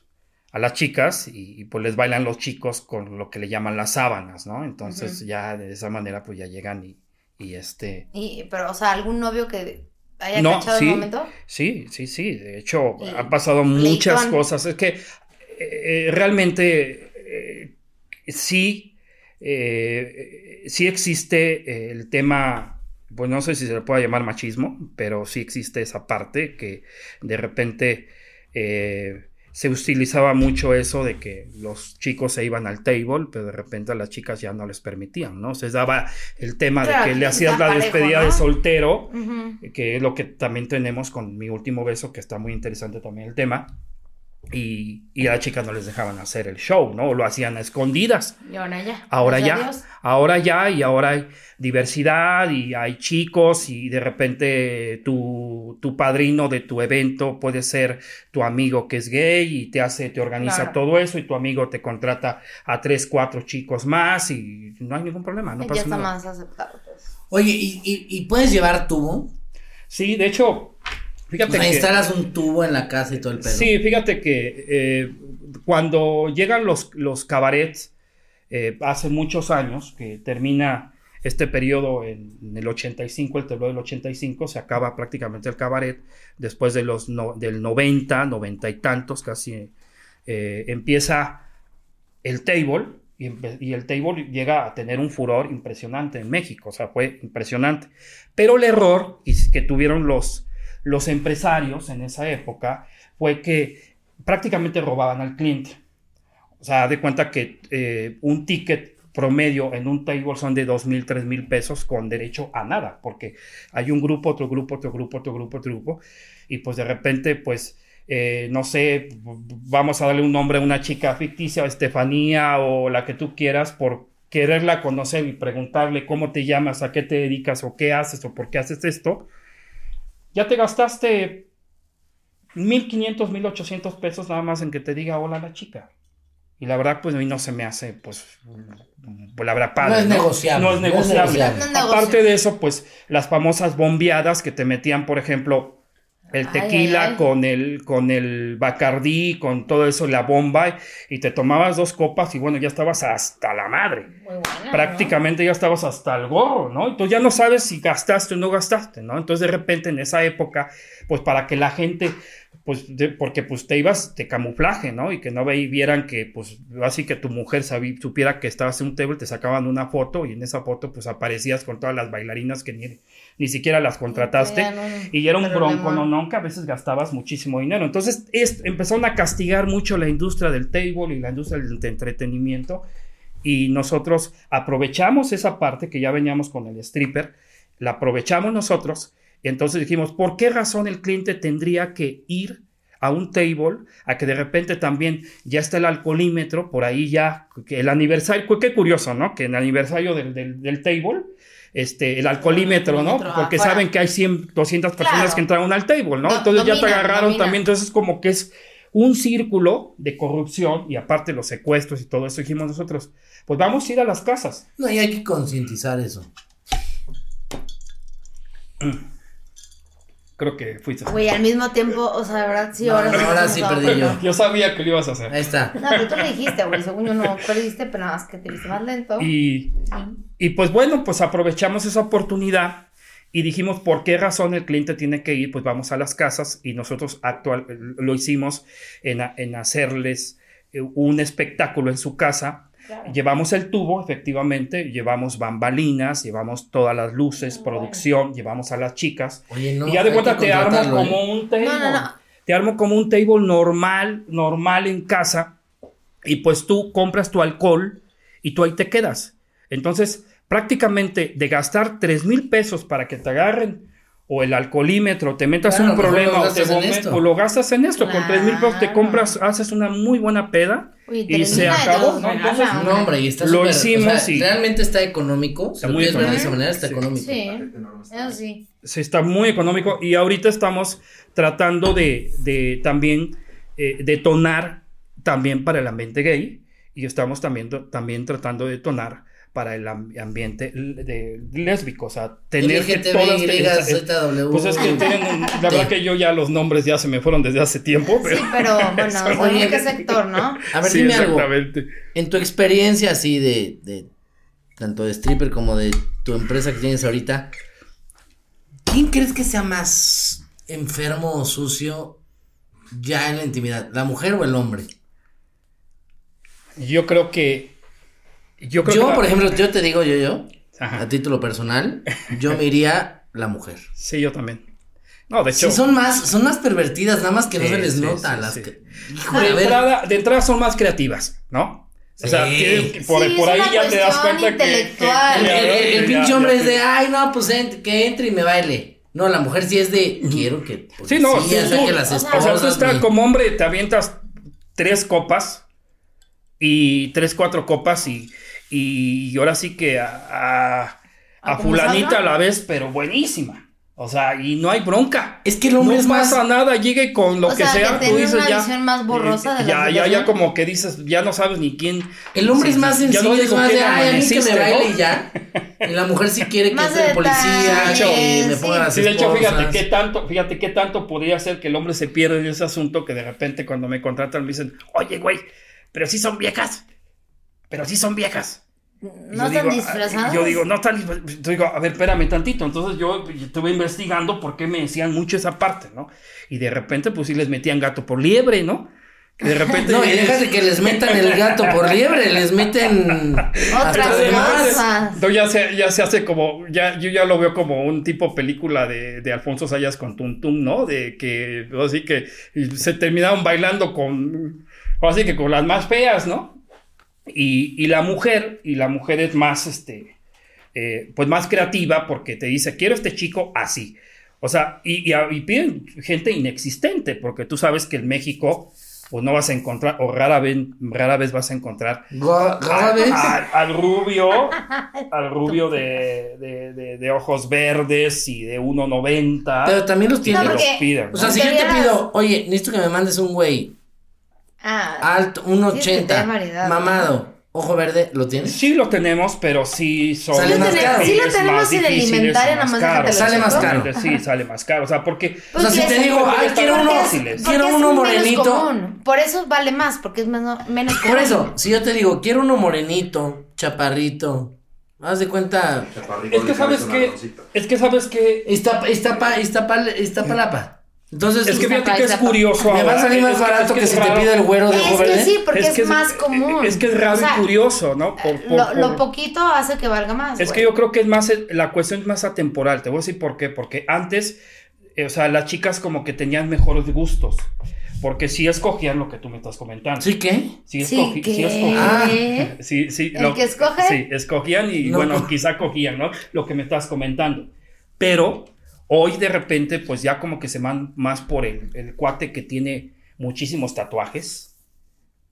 Speaker 3: a las chicas y, y, pues les bailan los chicos con lo que le llaman las sábanas, ¿no? Entonces
Speaker 2: Ujú.
Speaker 3: ya de esa manera pues ya llegan y, y este...
Speaker 2: Y, pero, o sea, ¿algún novio que haya
Speaker 3: No,
Speaker 2: cachado
Speaker 3: sí.
Speaker 2: el momento?
Speaker 3: Sí, sí, sí. De hecho,
Speaker 2: Y
Speaker 3: han pasado muchas
Speaker 2: pleitón.
Speaker 3: cosas. Es que eh, eh, realmente eh, sí, eh, eh, sí existe eh, el tema, pues no sé si se le pueda llamar machismo, pero sí existe esa parte que de repente eh, se utilizaba mucho eso de que los chicos se iban al table, pero de repente a las chicas ya no les permitían, ¿no? Se daba el tema
Speaker 2: Claro,
Speaker 3: de que
Speaker 2: que
Speaker 3: le hacías
Speaker 2: está
Speaker 3: la
Speaker 2: parejo,
Speaker 3: despedida
Speaker 2: ¿no?
Speaker 3: de soltero
Speaker 2: Ujú.
Speaker 3: que es lo que también tenemos con mi último beso, que está muy interesante también el tema. Y, y a las chicas no les dejaban hacer el show, ¿no? O lo hacían a escondidas.
Speaker 2: Y ahora ya.
Speaker 3: Ahora
Speaker 2: Pues
Speaker 3: ya,
Speaker 2: adiós.
Speaker 3: ahora ya, y ahora hay diversidad, y hay chicos, y de repente tu, tu padrino de tu evento puede ser tu amigo que es gay, y te hace, te organiza
Speaker 2: Claro.
Speaker 3: todo eso, y tu amigo te contrata a tres, cuatro chicos más, y no hay ningún problema, no
Speaker 2: ya
Speaker 3: pasa
Speaker 2: está
Speaker 3: nada.
Speaker 2: más aceptado. pues.
Speaker 1: Oye, ¿y, y, y puedes llevar tubo?
Speaker 3: Sí, de hecho,
Speaker 1: O
Speaker 3: fíjate
Speaker 1: sea,
Speaker 3: que...
Speaker 1: instalas un tubo en la casa y todo el pedo.
Speaker 3: Sí, fíjate que eh, cuando llegan los, los cabarets, eh, hace muchos años que termina este periodo en, en el 85, el temblor del 85, se acaba prácticamente el cabaret, después de los no- del 90, 90 y tantos casi, eh, empieza el table y, empe- y el table llega a tener un furor impresionante en México, o sea, fue impresionante. Pero el error y- que tuvieron los, los empresarios en esa época fue que prácticamente robaban al cliente. O sea, haz de cuenta que eh, un ticket promedio en un table son de dos mil, tres mil pesos con derecho a nada, porque hay un grupo, otro grupo, otro grupo, otro grupo, otro grupo, y pues de repente, pues, eh, no sé, v- vamos a darle un nombre a una chica ficticia, Estefanía o la que tú quieras, por quererla conocer y preguntarle cómo te llamas, a qué te dedicas o qué haces o por qué haces esto, ya te gastaste 1500, 1800 pesos nada más en que te diga hola la chica. Y la verdad, pues a mí no se me hace, pues, mm, pues, la verdad, padre.
Speaker 1: No es negociable,
Speaker 3: No es
Speaker 1: no es
Speaker 3: negociable.
Speaker 1: negociable.
Speaker 2: No es negocio.
Speaker 3: Aparte de eso, pues las famosas bombeadas que te metían, por ejemplo, el
Speaker 2: Ay,
Speaker 3: tequila
Speaker 2: ay, ay.
Speaker 3: con el con el bacardí, con todo eso, la bomba, y te tomabas dos copas y bueno, ya estabas hasta la madre.
Speaker 2: Muy buena, ¿no?
Speaker 3: Prácticamente ya estabas hasta el gorro, ¿no? Entonces ya no sabes si gastaste o no gastaste, ¿no? Entonces de repente en esa época, pues para que la gente, pues de- porque pues te ibas de camuflaje, ¿no? Y que no ve- vieran que, pues así que tu mujer sabí- supiera que estabas en un table, te sacaban una foto y en esa foto pues aparecías con todas las bailarinas que ni, ni siquiera las contrataste.
Speaker 2: Tenían un
Speaker 3: Y era un
Speaker 2: problema.
Speaker 3: bronco, no, no, que a veces gastabas muchísimo dinero. Entonces es- empezaron a castigar mucho la industria del table y la industria del entretenimiento. Y nosotros aprovechamos esa parte que ya veníamos con el stripper, la aprovechamos nosotros. Y entonces dijimos, ¿por qué razón el cliente tendría que ir a un table a que de repente también ya está el alcoholímetro, por ahí ya, que el aniversario, qué- qué curioso, ¿no? Que en el aniversario del, del- del table, este, el alcoholímetro, ¿no?
Speaker 2: Alcoholímetro,
Speaker 3: Porque
Speaker 2: afuera.
Speaker 3: saben que hay 100, 200 personas
Speaker 2: Claro.
Speaker 3: que entraron al table, ¿no?
Speaker 2: Do-
Speaker 3: entonces ya te
Speaker 2: dominan,
Speaker 3: agarraron
Speaker 2: dominan.
Speaker 3: también, entonces como que es un círculo de corrupción y aparte los secuestros y todo eso dijimos nosotros, pues vamos a ir a las casas.
Speaker 1: No, y hay que concientizar eso.
Speaker 3: Creo que fuiste.
Speaker 2: Güey, al mismo tiempo, o sea, de verdad, sí, ahora
Speaker 1: No,
Speaker 2: sí.
Speaker 1: ahora
Speaker 2: estamos
Speaker 1: sí
Speaker 2: a-
Speaker 1: perdí yo.
Speaker 3: Yo sabía que lo ibas a hacer.
Speaker 1: Ahí está.
Speaker 2: No, pero tú lo dijiste, güey. Según yo no, tú lo dijiste, pero nada más que te viste más lento.
Speaker 3: Y, y pues bueno, pues aprovechamos esa oportunidad y dijimos por qué razón el cliente tiene que ir, pues vamos a las casas y nosotros actual, lo hicimos en, a- en hacerles eh, un espectáculo en su casa.
Speaker 2: Claro.
Speaker 3: Llevamos el tubo, efectivamente, llevamos bambalinas, llevamos todas las luces,
Speaker 2: Ah,
Speaker 3: producción, llevamos a las chicas.
Speaker 1: Oye, no.
Speaker 3: y ya de
Speaker 1: hay
Speaker 3: cuenta
Speaker 1: que
Speaker 3: te armo
Speaker 1: contratarlo,
Speaker 3: como
Speaker 1: ¿eh?
Speaker 3: un table.
Speaker 2: No, no, no.
Speaker 3: Te armo como un table normal, normal en casa. Y pues tú compras tu alcohol y tú ahí te quedas. Entonces, prácticamente de gastar 3 mil pesos para que te agarren o el alcoholímetro, te metas
Speaker 1: Claro,
Speaker 3: un
Speaker 1: mejor
Speaker 3: problema
Speaker 1: lo
Speaker 3: o, te
Speaker 1: gastas en
Speaker 3: vomi-
Speaker 1: esto.
Speaker 3: o lo gastas en esto. Con 3 mil pesos te
Speaker 2: Claro.
Speaker 3: compras, haces una muy buena peda
Speaker 2: Oye,
Speaker 3: y se
Speaker 2: termina de
Speaker 3: acabó.
Speaker 2: todos
Speaker 3: ¿no?
Speaker 2: regalas.
Speaker 3: Entonces,
Speaker 1: No, hombre, y está
Speaker 3: Ah, Lo
Speaker 1: súper-
Speaker 3: hicimos
Speaker 1: o sea,
Speaker 3: y-
Speaker 1: Realmente está económico.
Speaker 3: Está
Speaker 1: si lo
Speaker 3: muy
Speaker 1: quieres ver de esa
Speaker 2: económico.
Speaker 1: manera, está
Speaker 3: Sí.
Speaker 1: económico.
Speaker 2: Sí, eso sí.
Speaker 3: se está muy económico y ahorita estamos tratando de, de también eh, detonar también para el ambiente gay y estamos también, también tratando de detonar para el am- ambiente l- de lésbico, o sea, tener que
Speaker 1: LGTBI,
Speaker 3: todas esta- esta-
Speaker 1: ZW.
Speaker 3: pues es que tienen un- la verdad que yo ya los nombres ya se me fueron desde hace tiempo, pero
Speaker 2: Sí, pero bueno,
Speaker 3: Eso
Speaker 2: según
Speaker 1: oye.
Speaker 2: qué sector, ¿no?
Speaker 1: A ver,
Speaker 3: sí,
Speaker 1: dime algo.
Speaker 3: exactamente.
Speaker 1: En tu experiencia así de, de tanto de stripper como de tu empresa que tienes ahorita, ¿quién crees que sea más enfermo o sucio ya en la intimidad? ¿La mujer o el hombre?
Speaker 3: Yo creo que yo creo
Speaker 1: Yo,
Speaker 3: que Ah.
Speaker 1: por ejemplo, yo te digo yo, yo,
Speaker 3: Ajá.
Speaker 1: a título personal, yo me iría la mujer.
Speaker 3: sí, yo también. No, de hecho
Speaker 1: Sí, son más, son más pervertidas, nada más que no
Speaker 3: Sí,
Speaker 1: se les
Speaker 3: sí,
Speaker 1: nota.
Speaker 3: sí,
Speaker 1: las
Speaker 3: sí.
Speaker 1: que-
Speaker 3: de
Speaker 1: Híjole, a ver,
Speaker 3: entrada, de entrada son más creativas, ¿no? O sea,
Speaker 1: Sí.
Speaker 3: tienen que- por,
Speaker 2: Sí,
Speaker 3: por
Speaker 2: es
Speaker 3: ahí
Speaker 2: una
Speaker 3: ya te das
Speaker 2: cuestión
Speaker 3: cuenta que- que.
Speaker 1: El,
Speaker 2: intelectual.
Speaker 1: el- el- el
Speaker 3: Ya,
Speaker 1: pinche
Speaker 3: ya,
Speaker 1: hombre es
Speaker 3: ya.
Speaker 1: de, ay, no, pues ent- que entre y me baile. No, la mujer sí es de, quiero que.
Speaker 3: Sí, no,
Speaker 1: policía
Speaker 3: tú-
Speaker 1: saque
Speaker 3: tú-
Speaker 1: las
Speaker 2: o sea,
Speaker 3: O sea,
Speaker 1: esposas,
Speaker 3: tú estás
Speaker 1: mi-
Speaker 3: como hombre, te avientas tres copas y tres, cuatro copas y, y ahora sí que a, a, a
Speaker 2: ¿A cómo
Speaker 3: fulanita
Speaker 2: salga?
Speaker 3: la ves, pero buenísima. O sea, y no hay bronca.
Speaker 1: Es que el
Speaker 3: No
Speaker 1: hombre es más.
Speaker 3: pasa nada, llegue con lo
Speaker 2: O
Speaker 3: que
Speaker 2: sea,
Speaker 3: sea,
Speaker 2: que
Speaker 3: tú
Speaker 2: tenga
Speaker 3: dices
Speaker 2: una
Speaker 3: ya.
Speaker 2: visión más borrosa de la
Speaker 3: Eh, ya, ya,
Speaker 2: situación.
Speaker 3: ya como que dices, ya no sabes ni quién.
Speaker 1: El hombre
Speaker 3: sí,
Speaker 1: es más
Speaker 3: sí, ya
Speaker 1: sencillo,
Speaker 3: no
Speaker 1: es
Speaker 3: digo
Speaker 1: más
Speaker 3: quién
Speaker 1: de, ay, a mí que me
Speaker 3: amaneciste,
Speaker 1: baile
Speaker 3: ¿no?
Speaker 1: y ya. Y la mujer sí quiere que
Speaker 2: Más
Speaker 1: esté el policía,
Speaker 2: detalles,
Speaker 1: que me ponga
Speaker 2: sí.
Speaker 1: las
Speaker 3: Sí, de hecho,
Speaker 1: esposas.
Speaker 3: fíjate qué tanto, fíjate qué tanto podría ser que el hombre se pierda en ese asunto que de repente cuando me contratan me dicen, oye, güey, pero sí son viejas, pero sí son viejas. Y
Speaker 2: No
Speaker 3: yo
Speaker 2: están
Speaker 3: digo, "Ah",
Speaker 2: disfrazadas.
Speaker 3: Yo digo, no están disfrazadas. Yo digo, a ver, espérame tantito. Entonces yo estuve investigando por qué me decían mucho esa parte, ¿no? Y de repente, pues sí les metían gato por liebre, ¿no? Que de repente.
Speaker 1: No, y déjate que les metan el gato por liebre, les meten. hasta de más.
Speaker 2: cosas. cosas.
Speaker 3: No, ya se, ya se hace como, ya, yo ya lo veo como un tipo película de, de Alfonso Sayas con Tum Tum, ¿no? De que, así que se terminaron bailando con, así que con las más feas, ¿no? Y, y la mujer, y la mujer es más, este, eh, pues más creativa porque te dice, quiero este chico así. O sea, y, y a- y piden gente inexistente porque tú sabes que en México, pues no vas a encontrar, o rara vez, rara vez vas a encontrar
Speaker 1: Go- ¿Cada vez?
Speaker 3: al, al rubio, al rubio de, de- de- de ojos verdes y de Pues, 1.90.
Speaker 1: Pero también los tiene.
Speaker 3: que
Speaker 2: No,
Speaker 3: los
Speaker 2: porque-
Speaker 3: pidan.
Speaker 1: O
Speaker 3: ¿no?
Speaker 1: sea, si yo te pido, oye, necesito que me mandes un güey
Speaker 2: Ah,
Speaker 1: alto, un
Speaker 2: Sí, es que te da variedad,
Speaker 1: 80,
Speaker 2: ¿no?
Speaker 1: mamado, ojo verde, ¿lo tienes?
Speaker 3: Sí lo tenemos, pero sí son
Speaker 1: Sale más
Speaker 3: perfiles
Speaker 1: caro.
Speaker 2: Sí lo tenemos
Speaker 3: más
Speaker 2: en el
Speaker 3: difíciles,
Speaker 2: inventario,
Speaker 3: más
Speaker 2: nada más déjate
Speaker 3: caros.
Speaker 1: lo Sale más checo. caro.
Speaker 3: Sí, sale más caro. O sea, porque
Speaker 1: O sea, si
Speaker 2: porque
Speaker 1: te
Speaker 2: es-
Speaker 1: digo,
Speaker 3: porque
Speaker 1: ay,
Speaker 3: está
Speaker 1: quiero uno,
Speaker 3: porque
Speaker 2: es-
Speaker 3: fáciles.
Speaker 1: quiero
Speaker 2: pues porque es
Speaker 1: uno
Speaker 2: menos
Speaker 1: morenito.
Speaker 2: común. Por eso vale más, porque es menos, menos común.
Speaker 1: Por eso, si yo te digo, quiero uno morenito, chaparrito, haz de cuenta,
Speaker 3: es que sabes que es que sabes que
Speaker 1: Iztapa, Iztapa, Iztapa, Iztapalapa. Entonces,
Speaker 3: es que fíjate que es
Speaker 2: Iztapa.
Speaker 3: curioso.
Speaker 1: me va a
Speaker 3: ahora.
Speaker 1: salir
Speaker 3: Es
Speaker 1: más
Speaker 3: es
Speaker 1: barato que,
Speaker 3: es
Speaker 1: si te
Speaker 3: raro.
Speaker 1: pido el güero ¿eh? de ojo
Speaker 2: Es que
Speaker 1: verde.
Speaker 2: sí, porque es, más común.
Speaker 3: Es que es raro
Speaker 2: O sea,
Speaker 3: y curioso, ¿no? Por- por-
Speaker 2: Eh, lo, lo
Speaker 3: por-
Speaker 2: poquito hace que valga más.
Speaker 3: Es que
Speaker 2: güey.
Speaker 3: yo creo que es más, la cuestión es más atemporal, te voy a decir por qué, porque antes, eh, o sea, las chicas como que tenían mejores gustos, porque sí escogían lo que tú me estás comentando.
Speaker 1: ¿Sí qué?
Speaker 3: Sí,
Speaker 2: Sí,
Speaker 3: escogi-
Speaker 2: que-
Speaker 3: sí escogían.
Speaker 1: Ah.
Speaker 3: Sí, sí,
Speaker 2: ¿El que escoge?
Speaker 3: Sí, escogían y
Speaker 1: No.
Speaker 3: bueno, quizá cogían, ¿no? Lo que me estás comentando. Pero hoy de repente, pues ya como que se van más por el, el cuate que tiene muchísimos tatuajes,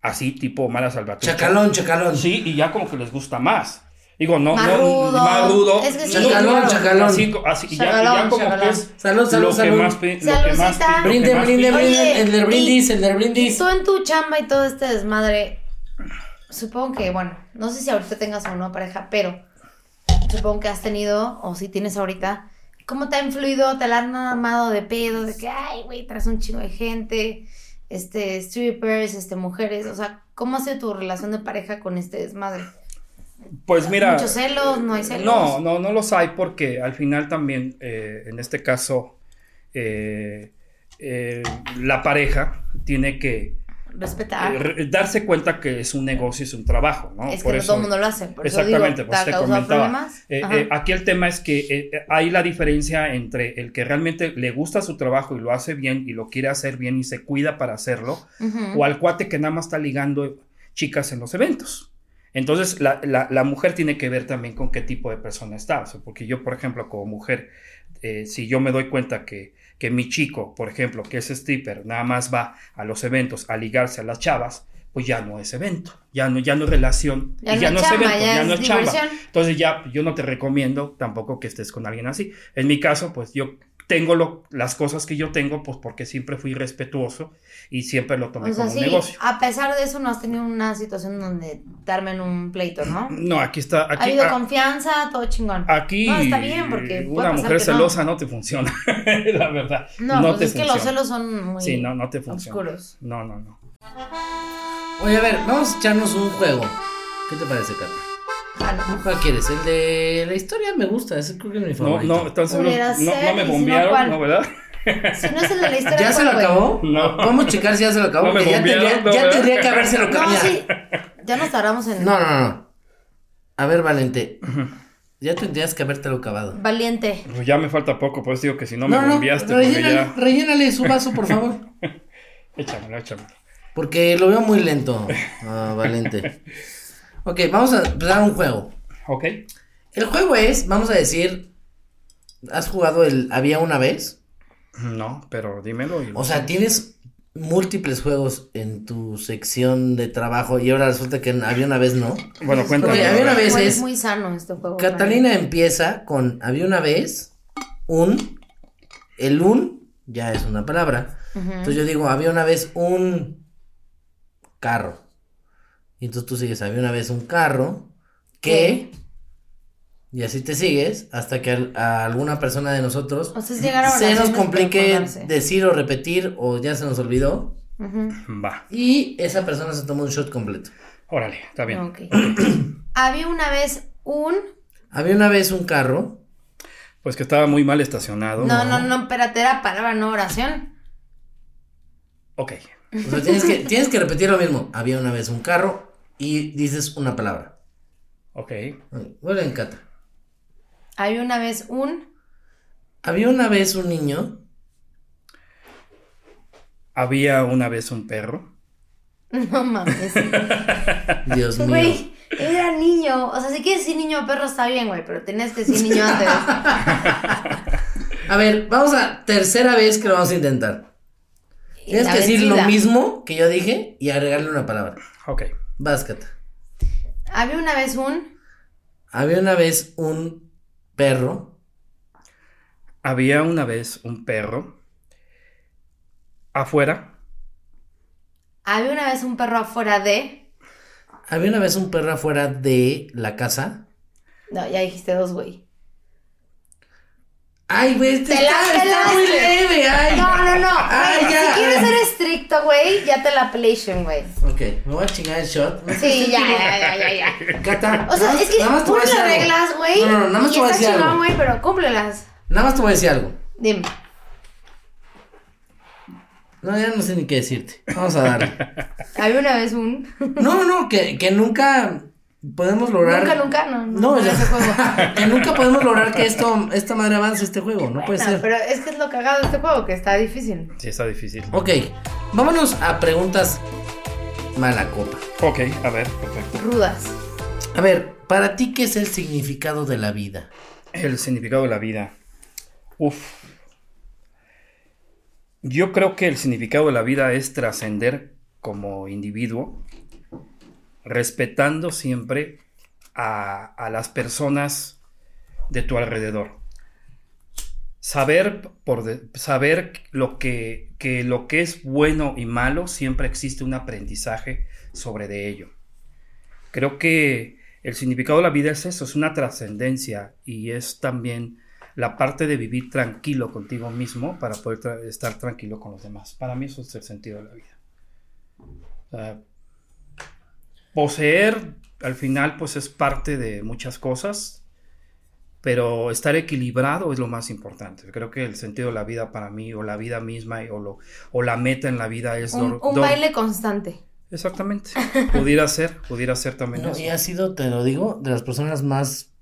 Speaker 3: así tipo mala salvatrucha.
Speaker 1: Chacalón, chacalón.
Speaker 3: Sí, y ya como que les gusta más. Digo, no,
Speaker 2: Más
Speaker 3: no,
Speaker 2: rudo.
Speaker 3: más rudo.
Speaker 2: Es que sí.
Speaker 3: No,
Speaker 1: Chacalón,
Speaker 3: claro,
Speaker 1: chacalón.
Speaker 3: Así, así, y ya, y ya
Speaker 2: Chacalón,
Speaker 3: como
Speaker 2: chacalón.
Speaker 3: que es
Speaker 1: Salud, salud,
Speaker 3: lo que
Speaker 1: salud.
Speaker 3: más pi- lo que más
Speaker 2: Saludcita.
Speaker 3: pi- lo que
Speaker 1: Brinde,
Speaker 3: más
Speaker 1: brinde,
Speaker 3: pi-
Speaker 1: brinde.
Speaker 2: Oye,
Speaker 1: El del
Speaker 2: y-
Speaker 1: brindis, el del brindis.
Speaker 2: Tú en tu chamba y todo este desmadre, supongo que, bueno, no sé si ahorita tengas o no pareja, pero supongo que has tenido, o si tienes ahorita, ¿Cómo te ha influido? ¿Te la han armado de pedo? De que, ay, güey, traes un chingo de gente, este, strippers, este, mujeres. O sea, ¿cómo ha sido tu relación de pareja con este desmadre?
Speaker 3: Pues mira.
Speaker 2: ¿Muchos celos? ¿No hay celos?
Speaker 3: No, no, no los hay porque al final también, eh, en este caso, eh, eh, la pareja tiene que
Speaker 2: Respetar.
Speaker 3: eh, re- darse cuenta que es un negocio, es un trabajo, ¿no?
Speaker 2: Ah. es que
Speaker 3: Por
Speaker 2: no
Speaker 3: eso-
Speaker 2: todo el mundo lo hace. Por eso
Speaker 3: Exactamente,
Speaker 2: digo,
Speaker 3: pues
Speaker 2: ¿te
Speaker 3: te
Speaker 2: ha causado
Speaker 3: comentaba.
Speaker 2: problemas?
Speaker 3: Eh,
Speaker 2: Ajá.
Speaker 3: eh, aquí el tema es que eh, eh, hay la diferencia entre el que realmente le gusta su trabajo y lo hace bien y lo quiere hacer bien y se cuida para hacerlo,
Speaker 2: Ujú.
Speaker 3: o al cuate que nada más está ligando chicas en los eventos. Entonces, la, la- la mujer tiene que ver también con qué tipo de persona está. O sea, porque yo, por ejemplo, como mujer, eh, si yo me doy cuenta que, que mi chico, por ejemplo, que es stripper, nada más va a los eventos a ligarse a las chavas, pues ya no es evento, ya no, ya no es relación,
Speaker 2: Ya
Speaker 3: y ya no
Speaker 2: es
Speaker 3: es
Speaker 2: chamba,
Speaker 3: evento,
Speaker 2: ya,
Speaker 3: ya no
Speaker 2: es
Speaker 3: es chamba.
Speaker 2: diversión.
Speaker 3: Entonces ya yo no te recomiendo tampoco que estés con alguien así. En mi caso, pues yo tengo lo- las cosas que yo tengo, pues porque siempre fui respetuoso y siempre lo tomé
Speaker 2: O sea,
Speaker 3: como
Speaker 2: sí,
Speaker 3: un negocio.
Speaker 2: a pesar de eso no has tenido una situación donde darme en un pleito, ¿no?
Speaker 3: No, aquí está,
Speaker 2: ha
Speaker 3: aquí, ah,
Speaker 2: habido
Speaker 3: a-
Speaker 2: confianza, todo chingón.
Speaker 3: aquí
Speaker 2: No, está bien, porque puede
Speaker 3: una
Speaker 2: pasar
Speaker 3: mujer
Speaker 2: que no.
Speaker 3: celosa no. te funciona, la verdad.
Speaker 2: no,
Speaker 3: No,
Speaker 2: pues
Speaker 3: te
Speaker 2: es que
Speaker 3: funciona.
Speaker 2: los celos son muy
Speaker 3: sí, no, no te funciona.
Speaker 2: oscuros.
Speaker 3: No, no, no.
Speaker 1: Oye, a ver, vamos a echarnos un juego. ¿Qué te parece, Carla?
Speaker 2: Jalo.
Speaker 1: ¿Cuál quieres? El de la historia me gusta, ese creo que es mi
Speaker 3: No,
Speaker 1: favorito.
Speaker 3: no, entonces no,
Speaker 2: Pudiera
Speaker 3: no-
Speaker 2: ser,
Speaker 3: no me
Speaker 2: y si no,
Speaker 3: bombearon,
Speaker 2: ¿cuál?
Speaker 3: ¿no, verdad?
Speaker 2: Si no es el de la historia.
Speaker 1: ¿Ya se lo
Speaker 2: ¿cuál fue?
Speaker 1: acabó?
Speaker 3: No.
Speaker 1: Vamos a checar si ya se lo acabó.
Speaker 3: No me
Speaker 1: porque ya
Speaker 3: bombearon,
Speaker 1: tendría,
Speaker 3: no,
Speaker 1: ya
Speaker 3: ¿verdad?
Speaker 1: tendría que habérselo acabado.
Speaker 2: No, sí. Ya nos tardamos en
Speaker 1: No, no, no. A ver, Valente. Ya tendrías que habértelo acabado.
Speaker 2: valiente.
Speaker 3: Pues ya me falta poco, pues digo que si no me
Speaker 1: no, no,
Speaker 3: bombeaste, porque
Speaker 1: rellénale,
Speaker 3: ya.
Speaker 1: rellénale su vaso, por favor.
Speaker 3: Échamelo, échamelo.
Speaker 1: Porque lo veo muy lento, ah, Valente. Ok, vamos a empezar un juego.
Speaker 3: Ok.
Speaker 1: El juego es, vamos a decir, ¿has jugado el Había una vez?
Speaker 3: No, pero dímelo y.
Speaker 1: O sea, tienes múltiples juegos en tu sección de trabajo y ahora resulta que en Había una vez no.
Speaker 3: Bueno, cuéntame.
Speaker 1: Oye, a ver, a ver.
Speaker 2: Pues
Speaker 1: veces-
Speaker 2: Es muy sano este juego.
Speaker 1: Catalina empieza con Había una vez, un, el un, ya es una palabra.
Speaker 2: Ujú.
Speaker 1: Entonces yo digo, había una vez un carro. Y entonces tú sigues, había una vez un carro que... Y así te sigues hasta que al- a alguna persona de nosotros
Speaker 2: O sea, es llegar a
Speaker 1: se nos
Speaker 2: oraciones para
Speaker 1: complique
Speaker 2: acordarse.
Speaker 1: decir o repetir o ya se nos olvidó.
Speaker 2: Ujú.
Speaker 3: Va,
Speaker 1: Y esa persona se tomó un shot completo.
Speaker 3: órale, está bien.
Speaker 2: Ok. Había una vez un.
Speaker 1: Había una vez un carro.
Speaker 3: Pues que estaba muy mal estacionado.
Speaker 2: No, no, no, espérate, era palabra, no oración.
Speaker 3: Ok.
Speaker 1: O sea, tienes que, tienes que repetir lo mismo. Había una vez un carro y dices una palabra.
Speaker 3: Ok.
Speaker 1: Bueno, en Cata.
Speaker 2: Había una vez un.
Speaker 1: Había una vez un niño.
Speaker 3: Había una vez un perro.
Speaker 2: No mames.
Speaker 1: Dios mío.
Speaker 2: Güey, era niño. O sea, si quieres decir niño o perro está bien, güey, pero tenías que decir niño antes.
Speaker 1: A ver, vamos a tercera vez que lo vamos a intentar.
Speaker 2: Y
Speaker 1: Tienes
Speaker 2: la
Speaker 1: que decir lo
Speaker 2: vencida.
Speaker 1: mismo que yo dije y agregarle una palabra.
Speaker 3: Ok.
Speaker 1: Vas, Cata.
Speaker 2: Había una vez un.
Speaker 1: Había una vez un perro.
Speaker 3: Había una vez un perro afuera.
Speaker 2: Había una vez un perro afuera de.
Speaker 1: Había una vez un perro afuera de la casa.
Speaker 2: No, ya dijiste dos, güey.
Speaker 1: Ay, güey, este
Speaker 2: Te la
Speaker 1: está, está
Speaker 2: pelaste.
Speaker 1: muy leve. Ay.
Speaker 2: No, no, no.
Speaker 1: Ay,
Speaker 2: Güey,
Speaker 1: ya.
Speaker 2: Si quieres ser estricto, güey, ya te la pelation, güey.
Speaker 1: Ok, me voy a chingar el shot.
Speaker 2: Sí, ya, ya, ya, ya, ya.
Speaker 1: Cata,
Speaker 2: O sea,
Speaker 1: nada más-
Speaker 2: es que
Speaker 1: nada más te
Speaker 2: tú
Speaker 1: voy a
Speaker 2: las
Speaker 1: decir algo.
Speaker 2: reglas, güey.
Speaker 1: No, no, no, nada más
Speaker 2: y
Speaker 1: te voy a
Speaker 2: está
Speaker 1: decir
Speaker 2: chingón,
Speaker 1: algo.
Speaker 2: güey, pero cúmplelas.
Speaker 1: Nada más te voy a decir algo.
Speaker 2: Dime.
Speaker 1: No, ya no sé ni qué decirte. Vamos a darle.
Speaker 2: Había una vez un.
Speaker 1: No, no, que, que nunca podemos lograr.
Speaker 2: Nunca, nunca, no.
Speaker 1: No,
Speaker 2: No,
Speaker 1: ya.
Speaker 2: ese juego.
Speaker 1: que nunca podemos lograr que esto, esta madre avance este juego. No puede
Speaker 2: No,
Speaker 1: ser.
Speaker 2: pero es que es lo cagado de este juego, que está difícil.
Speaker 3: Sí, está difícil.
Speaker 1: Ok, vámonos a preguntas mala copa.
Speaker 3: Ok, a ver, perfecto.
Speaker 2: Rudas.
Speaker 1: A ver, para ti, ¿qué es el significado de la vida?
Speaker 3: El significado de la vida. Uf. Yo creo que el significado de la vida es trascender como individuo, respetando siempre a, a las personas de tu alrededor. Saber, por de- saber lo que, que lo que es bueno y malo siempre existe un aprendizaje sobre de ello. Creo que el significado de la vida es eso, es una trascendencia y es también la parte de vivir tranquilo contigo mismo para poder tra estar tranquilo con los demás. Para mí eso es el sentido de la vida. O sea, poseer al final pues es parte de muchas cosas, pero estar equilibrado es lo más importante. Creo que el sentido de la vida para mí o la vida misma o, lo, o la meta en la vida es...
Speaker 2: Un, un baile constante.
Speaker 3: Exactamente. Pudiera ser, pudiera ser también.
Speaker 1: No,
Speaker 3: eso.
Speaker 1: y ha sido, te lo digo, de las personas más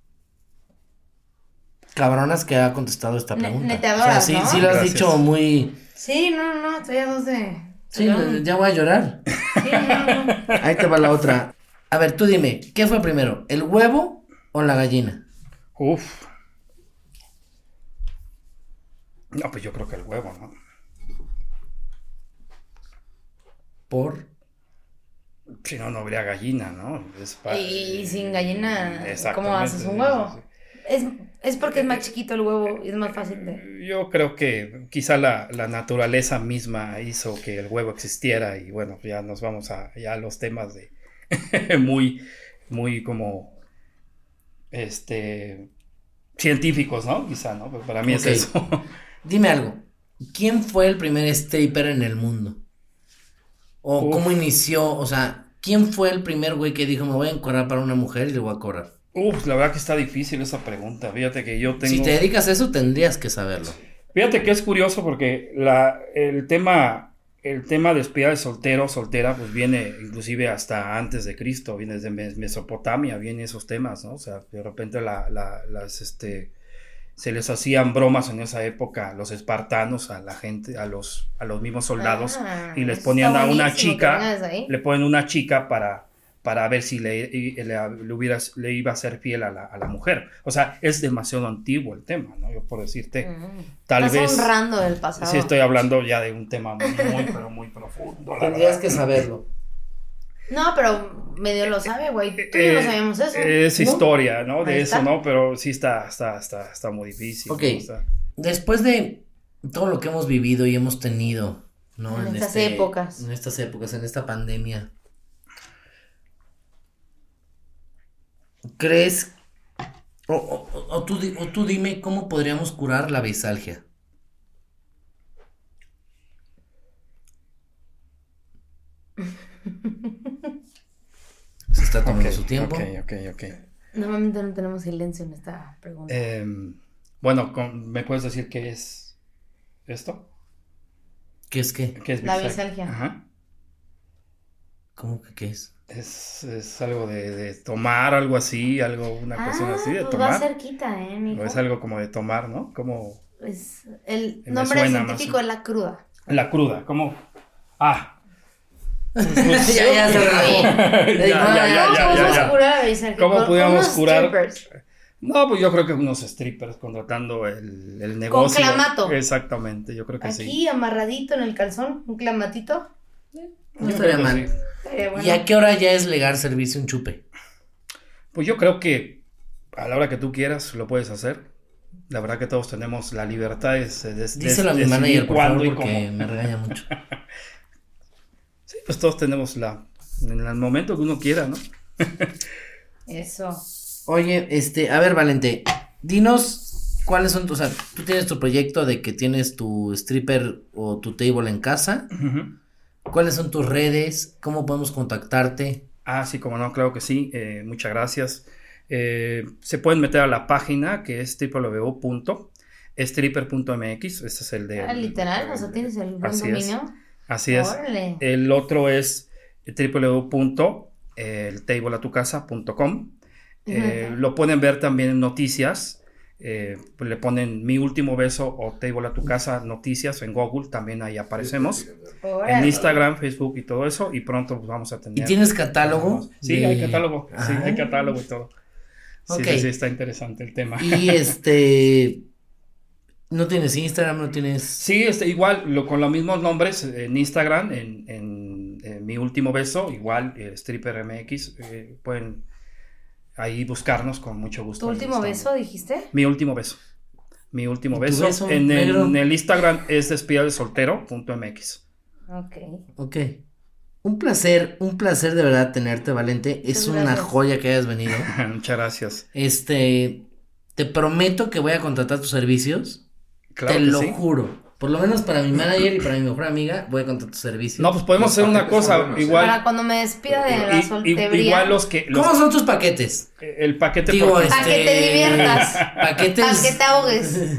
Speaker 1: cabronas que ha contestado esta
Speaker 2: Ne-
Speaker 1: pregunta.
Speaker 2: neta
Speaker 1: o sea,
Speaker 2: adoras,
Speaker 1: sí,
Speaker 2: ¿no?
Speaker 1: sí lo has
Speaker 3: Gracias.
Speaker 1: dicho muy.
Speaker 2: Sí, no, no, no, estoy a dos de...
Speaker 1: Sí, pues,
Speaker 2: Perdón.
Speaker 1: ya voy a llorar.
Speaker 2: Sí, no, no, no.
Speaker 1: Ahí te va la otra. A ver, tú dime, ¿qué fue primero? ¿El huevo o la gallina?
Speaker 3: Uf. No, pues yo creo que el huevo, ¿no?
Speaker 1: Por.
Speaker 3: Si no, no habría gallina, ¿no? Es pa-
Speaker 2: Y sin gallina,
Speaker 3: Exactamente,
Speaker 2: ¿cómo haces un
Speaker 3: sí,
Speaker 2: huevo?
Speaker 3: sí,
Speaker 2: Es, es porque es más chiquito el huevo y es más fácil de...
Speaker 3: sí. Yo creo que quizá la, la naturaleza misma hizo que el huevo existiera y bueno, pues ya nos vamos a, ya a los temas de muy, muy como, este, científicos, ¿no? Quizá, ¿no? Pero para mí
Speaker 1: Ok.
Speaker 3: es eso.
Speaker 1: Dime algo. ¿Quién fue el primer stripper en el mundo? ¿O
Speaker 3: Uf.
Speaker 1: cómo inició? O sea, ¿quién fue el primer güey que dijo, me voy a encorrar para una mujer y le voy a cobrar?
Speaker 3: Uf, la verdad que está difícil esa pregunta. Fíjate que yo tengo...
Speaker 1: Si te dedicas a eso, tendrías que saberlo.
Speaker 3: Fíjate que es curioso porque la, el tema, el tema de espía de soltero, soltera, pues viene inclusive hasta antes de Cristo, viene desde Mes- Mesopotamia, vienen esos temas, ¿no? O sea, de repente la- la- las, este, se les hacían bromas en esa época a los espartanos, a la gente, a los, a los mismos soldados,
Speaker 2: Ah,
Speaker 3: y les
Speaker 2: está
Speaker 3: ponían a una
Speaker 2: buenísimo que
Speaker 3: chica,
Speaker 2: vengas ahí.
Speaker 3: le ponen una chica para, para ver si le, y- le, le hubiera- le iba a ser fiel a la, a la mujer. O sea, es demasiado antiguo el tema, ¿no? Yo por decirte.
Speaker 2: Mm.
Speaker 3: Tal
Speaker 2: Estás
Speaker 3: vez.
Speaker 2: honrando del pasado.
Speaker 3: Sí, estoy hablando ya de un tema muy, muy, pero muy profundo. la
Speaker 1: Tendrías
Speaker 3: verdad.
Speaker 1: que saberlo.
Speaker 2: No, pero medio lo sabe, güey. Tú y yo
Speaker 3: Eh,
Speaker 2: no sabíamos eso.
Speaker 3: Es
Speaker 1: ¿no?
Speaker 3: historia, ¿no?
Speaker 2: Ahí
Speaker 3: De eso,
Speaker 2: está.
Speaker 3: ¿no? Pero sí está, está, está, está muy difícil.
Speaker 1: Ok.
Speaker 3: ¿no? O sea,
Speaker 1: Después de todo lo que hemos vivido y hemos tenido, ¿no? este,
Speaker 2: En estas épocas.
Speaker 1: En estas épocas, en esta pandemia. ¿Crees? O, o- o- o tú, di- o tú dime cómo podríamos curar la bisalgia. Se está tomando
Speaker 3: ok,
Speaker 1: su tiempo.
Speaker 3: Ok, ok, ok.
Speaker 2: Normalmente no tenemos silencio en esta pregunta.
Speaker 3: Em, bueno, con- ¿me puedes decir qué es esto?
Speaker 1: ¿Qué es qué?
Speaker 3: ¿Qué es
Speaker 2: La
Speaker 3: bisagra?
Speaker 2: bisalgia.
Speaker 3: Ajá.
Speaker 1: ¿Cómo que qué es?
Speaker 3: Es, es algo de, de tomar, algo así, algo, una cuestión así de
Speaker 2: pues va
Speaker 3: tomar.
Speaker 2: cerquita, ¿eh, mijo?
Speaker 3: O es algo como de tomar, ¿no? Como
Speaker 2: Es el
Speaker 3: Me
Speaker 2: nombre
Speaker 3: suena más,
Speaker 2: científico
Speaker 3: ¿no?
Speaker 2: es la cruda.
Speaker 3: la cruda, como. Ah. Pues,
Speaker 1: Ya, ya, se relajó.
Speaker 3: Ya,
Speaker 1: Ah,
Speaker 3: ya, ya,
Speaker 2: ¿Cómo
Speaker 3: ya, ya,
Speaker 2: podemos
Speaker 3: ya.
Speaker 2: curar la bisalgia?
Speaker 3: ¿Cómo
Speaker 2: Con
Speaker 3: podíamos
Speaker 2: unos
Speaker 3: curar?
Speaker 2: strippers.
Speaker 3: No, pues yo creo que unos strippers contratando el, el negocio.
Speaker 2: clamato.
Speaker 3: Exactamente, yo creo que
Speaker 2: Aquí,
Speaker 3: Ah, sí.
Speaker 2: amarradito en el calzón, un clamatito.
Speaker 1: No
Speaker 3: Yo
Speaker 1: estaría
Speaker 3: creo que
Speaker 1: mal.
Speaker 3: sí.
Speaker 2: Estaría bueno.
Speaker 1: ¿Y a qué hora ya es legal servirse un chupe?
Speaker 3: Pues yo creo que a la hora que tú quieras lo puedes hacer. La verdad que todos tenemos la libertad de, de- de-
Speaker 1: Díselo a mi
Speaker 3: decidir
Speaker 1: manager, por
Speaker 3: cuándo
Speaker 1: favor,
Speaker 3: y
Speaker 1: porque
Speaker 3: cómo.
Speaker 1: me regaña mucho.
Speaker 3: Sí, pues todos tenemos la en el momento que uno quiera, ¿no?
Speaker 2: Eso.
Speaker 1: Oye, este, a ver, Valente, dinos cuáles son tus. O sea, tú tienes tu proyecto de que tienes tu stripper o tu table en casa.
Speaker 3: Ujú.
Speaker 1: ¿Cuáles son tus redes? ¿Cómo podemos contactarte?
Speaker 3: Ah, sí, como no, claro que sí. eh, muchas gracias. Eh, se pueden meter a la página que es www.stripper.mx. Este es el de.
Speaker 2: Ah, literal, o sea, tienes el buen
Speaker 3: así es.
Speaker 2: dominio.
Speaker 3: Así es.
Speaker 2: Órale.
Speaker 3: El otro es eh, www.eltableatucasa.com. Eh,
Speaker 2: Ujú.
Speaker 3: lo pueden ver también en noticias. Eh, le ponen mi último beso o Table a tu casa noticias en Google. También ahí aparecemos. En
Speaker 2: Órale.
Speaker 3: Instagram, Facebook y todo eso. Y pronto pues, vamos a
Speaker 1: ¿Y
Speaker 3: tener.
Speaker 1: tienes catálogo?
Speaker 3: Sí,
Speaker 1: de-
Speaker 3: hay catálogo. Sí,
Speaker 1: Ah.
Speaker 3: hay catálogo y todo. Sí,
Speaker 1: Ok.
Speaker 3: sí, sí, está interesante el tema.
Speaker 1: Y este. No tienes Instagram, no tienes.
Speaker 3: Sí, este, igual, lo, con los mismos nombres en Instagram, en, en- en mi último beso, igual, eh, Stripper MX, eh, pueden ahí buscarnos con mucho gusto.
Speaker 2: ¿Tu
Speaker 3: Ahí
Speaker 2: último
Speaker 3: estamos.
Speaker 2: beso dijiste?
Speaker 3: Mi último beso. Mi último
Speaker 1: ¿Y tu
Speaker 3: beso.
Speaker 1: beso,
Speaker 3: en, el,
Speaker 1: negro?
Speaker 3: en el Instagram es despiadesoltero.mx.
Speaker 2: Ok.
Speaker 1: Ok. Un placer, un placer de verdad tenerte, Valente. Es
Speaker 2: Muchas
Speaker 1: una
Speaker 2: gracias.
Speaker 1: joya que hayas venido.
Speaker 3: Muchas gracias.
Speaker 1: Este, te prometo que voy a contratar tus servicios.
Speaker 3: Claro
Speaker 1: te
Speaker 3: que
Speaker 1: lo
Speaker 3: sí.
Speaker 1: juro. Por lo menos para mi manager y para mi mejor amiga, voy a contratar tus servicios.
Speaker 3: No, pues podemos hacer una
Speaker 4: paquetes son
Speaker 3: cosa.
Speaker 4: buenos, ¿eh?
Speaker 2: Para
Speaker 3: Igual,
Speaker 2: cuando me despida de la
Speaker 3: i- i-
Speaker 2: soltería.
Speaker 3: igual los que. los-
Speaker 1: ¿Cómo son tus paquetes?
Speaker 3: el paquete.
Speaker 1: Digo, este,
Speaker 3: por-
Speaker 2: Pa' que te diviertas.
Speaker 1: Paquetes.
Speaker 2: Para que te ahogues.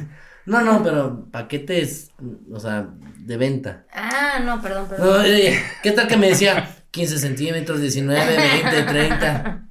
Speaker 1: No, no, pero paquetes, o sea, de venta.
Speaker 2: Ah, no, perdón, perdón.
Speaker 1: No, eh, ¿Qué tal que me decía 15 centímetros, 19, 20, 30?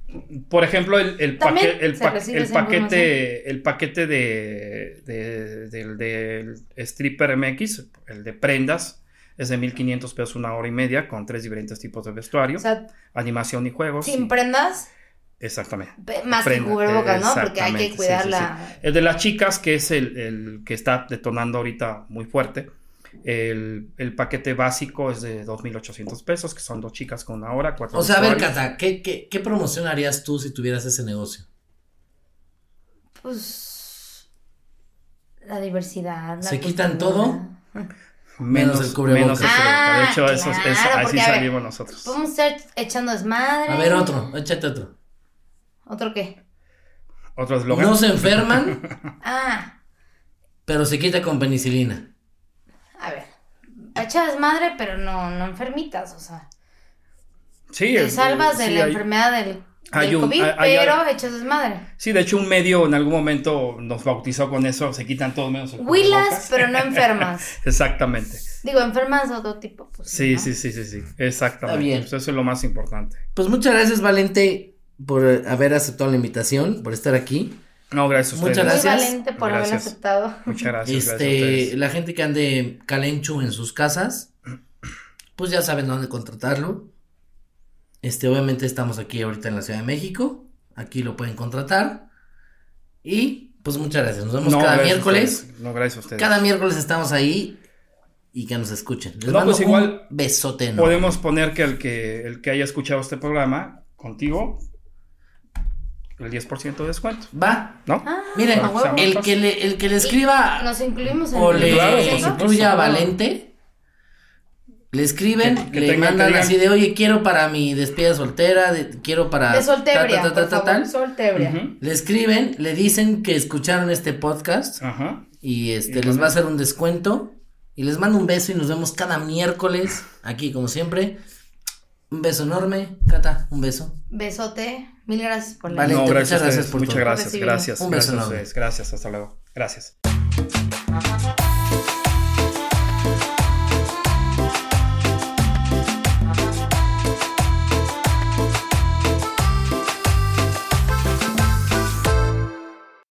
Speaker 3: Por ejemplo, el, el,
Speaker 2: También
Speaker 3: paque- el
Speaker 2: se
Speaker 3: pa-
Speaker 2: recibe
Speaker 3: el
Speaker 2: esa
Speaker 3: paquete, el paquete de, de- del, del stripper MX, el de prendas, es de 1500 pesos una hora y media con tres diferentes tipos de vestuario,
Speaker 2: O sea,
Speaker 3: animación y juegos.
Speaker 2: sin
Speaker 3: y-
Speaker 2: prendas,
Speaker 3: exactamente.
Speaker 2: pe- más
Speaker 3: Prenda,
Speaker 2: que cubrebocas, ¿no? Porque hay
Speaker 3: exactamente,
Speaker 2: que
Speaker 3: sí,
Speaker 2: cuidar
Speaker 3: sí,
Speaker 2: la.
Speaker 3: El de las chicas, que es el, el que está detonando ahorita muy fuerte. El, el paquete básico es de 2.800 pesos, que son dos chicas con una hora, cuatro
Speaker 1: O sea, a ver,
Speaker 3: vestuarios.
Speaker 1: Cata, ¿qué, qué, qué promoción harías tú si tuvieras ese negocio?
Speaker 2: Pues. La diversidad. la
Speaker 1: ¿Se quitan
Speaker 2: cultura.
Speaker 1: todo? menos el cubrebocas.
Speaker 3: menos el cubrebocas. De hecho,
Speaker 2: Ah,
Speaker 3: eso, es-
Speaker 2: claro,
Speaker 3: es- así
Speaker 2: porque, a ver,
Speaker 3: salimos nosotros.
Speaker 2: Podemos estar echando desmadre.
Speaker 1: A ver, otro, échate otro.
Speaker 2: ¿Otro qué?
Speaker 3: Otro eslogan.
Speaker 1: No se enferman,
Speaker 2: Ah,
Speaker 1: pero se quita con penicilina.
Speaker 2: a ver. pa' Echar desmadre, pero no, no enfermitas, o sea.
Speaker 3: Sí,
Speaker 2: Te
Speaker 3: es-
Speaker 2: salvas de
Speaker 3: sí,
Speaker 2: la
Speaker 3: hay-
Speaker 2: enfermedad del,
Speaker 3: hay
Speaker 2: del
Speaker 3: un-
Speaker 2: COVID,
Speaker 3: hay- hay-
Speaker 2: pero echas desmadre.
Speaker 3: Sí, de hecho, un medio en algún momento nos bautizó con eso, se quitan todo menos el
Speaker 2: Huilas,
Speaker 3: cubrebocas.
Speaker 2: pero no enfermas.
Speaker 3: Exactamente.
Speaker 2: Digo, enfermas de otro tipo. Pues,
Speaker 3: Sí,
Speaker 2: ¿no?
Speaker 3: sí, sí, sí, sí. Exactamente.
Speaker 1: Está bien.
Speaker 3: Pues eso es lo más importante.
Speaker 1: Pues muchas gracias, Valente, por eh, haber aceptado la invitación, por estar aquí.
Speaker 3: No, gracias a ustedes.
Speaker 1: Muchas
Speaker 2: Muy
Speaker 1: gracias.
Speaker 2: valiente por haber
Speaker 3: Gracias.
Speaker 2: aceptado.
Speaker 3: Muchas gracias. gracias a
Speaker 1: este,
Speaker 3: ustedes.
Speaker 1: la gente que ande calenchu en sus casas, pues ya saben dónde contratarlo. Este, obviamente estamos aquí ahorita en la Ciudad de México. Aquí lo pueden contratar. Y pues muchas gracias. Nos vemos
Speaker 3: No,
Speaker 1: cada
Speaker 3: gracias a
Speaker 1: miércoles.
Speaker 3: ustedes. No, gracias a ustedes.
Speaker 1: Cada miércoles estamos ahí y que nos escuchen. Les
Speaker 3: No,
Speaker 1: mando
Speaker 3: pues igual
Speaker 1: un besote. enorme.
Speaker 3: Podemos poner que el que el que haya escuchado este programa contigo, el 10% de descuento,
Speaker 1: Va.
Speaker 3: ¿no?
Speaker 2: Ah,
Speaker 1: Miren,
Speaker 2: a huevo.
Speaker 1: el que le, el que le escriba
Speaker 2: Nos incluimos en
Speaker 1: o
Speaker 2: el
Speaker 1: le
Speaker 3: Claro, por
Speaker 2: proyecto.
Speaker 3: supuesto.
Speaker 1: incluya a Valente, le escriben,
Speaker 3: Que- que
Speaker 1: le
Speaker 3: tengan- que
Speaker 1: mandan
Speaker 3: digan-
Speaker 1: así de, oye, quiero para mi despedida soltera, de- quiero para...
Speaker 2: De soltebria,
Speaker 1: ta, ta, ta,
Speaker 2: por
Speaker 1: ta,
Speaker 2: favor,
Speaker 1: tal".
Speaker 2: soltebria.
Speaker 3: Ujú.
Speaker 1: Le escriben, le dicen que escucharon este podcast
Speaker 3: Ajá.
Speaker 1: y este
Speaker 3: Y
Speaker 1: les va a
Speaker 3: bueno.
Speaker 1: hacer un descuento y les mando un beso y nos vemos cada miércoles aquí como siempre. Un beso enorme, Cata, un beso.
Speaker 2: Besote. Mil gracias por la
Speaker 1: Vale. Valente,
Speaker 3: no, gracias
Speaker 1: muchas
Speaker 3: a ustedes,
Speaker 1: gracias por
Speaker 3: Muchas
Speaker 1: todo.
Speaker 3: gracias,
Speaker 2: Recibimos.
Speaker 3: gracias.
Speaker 1: Un beso
Speaker 3: gracias, a
Speaker 1: enorme.
Speaker 3: ustedes, gracias, hasta luego. Gracias.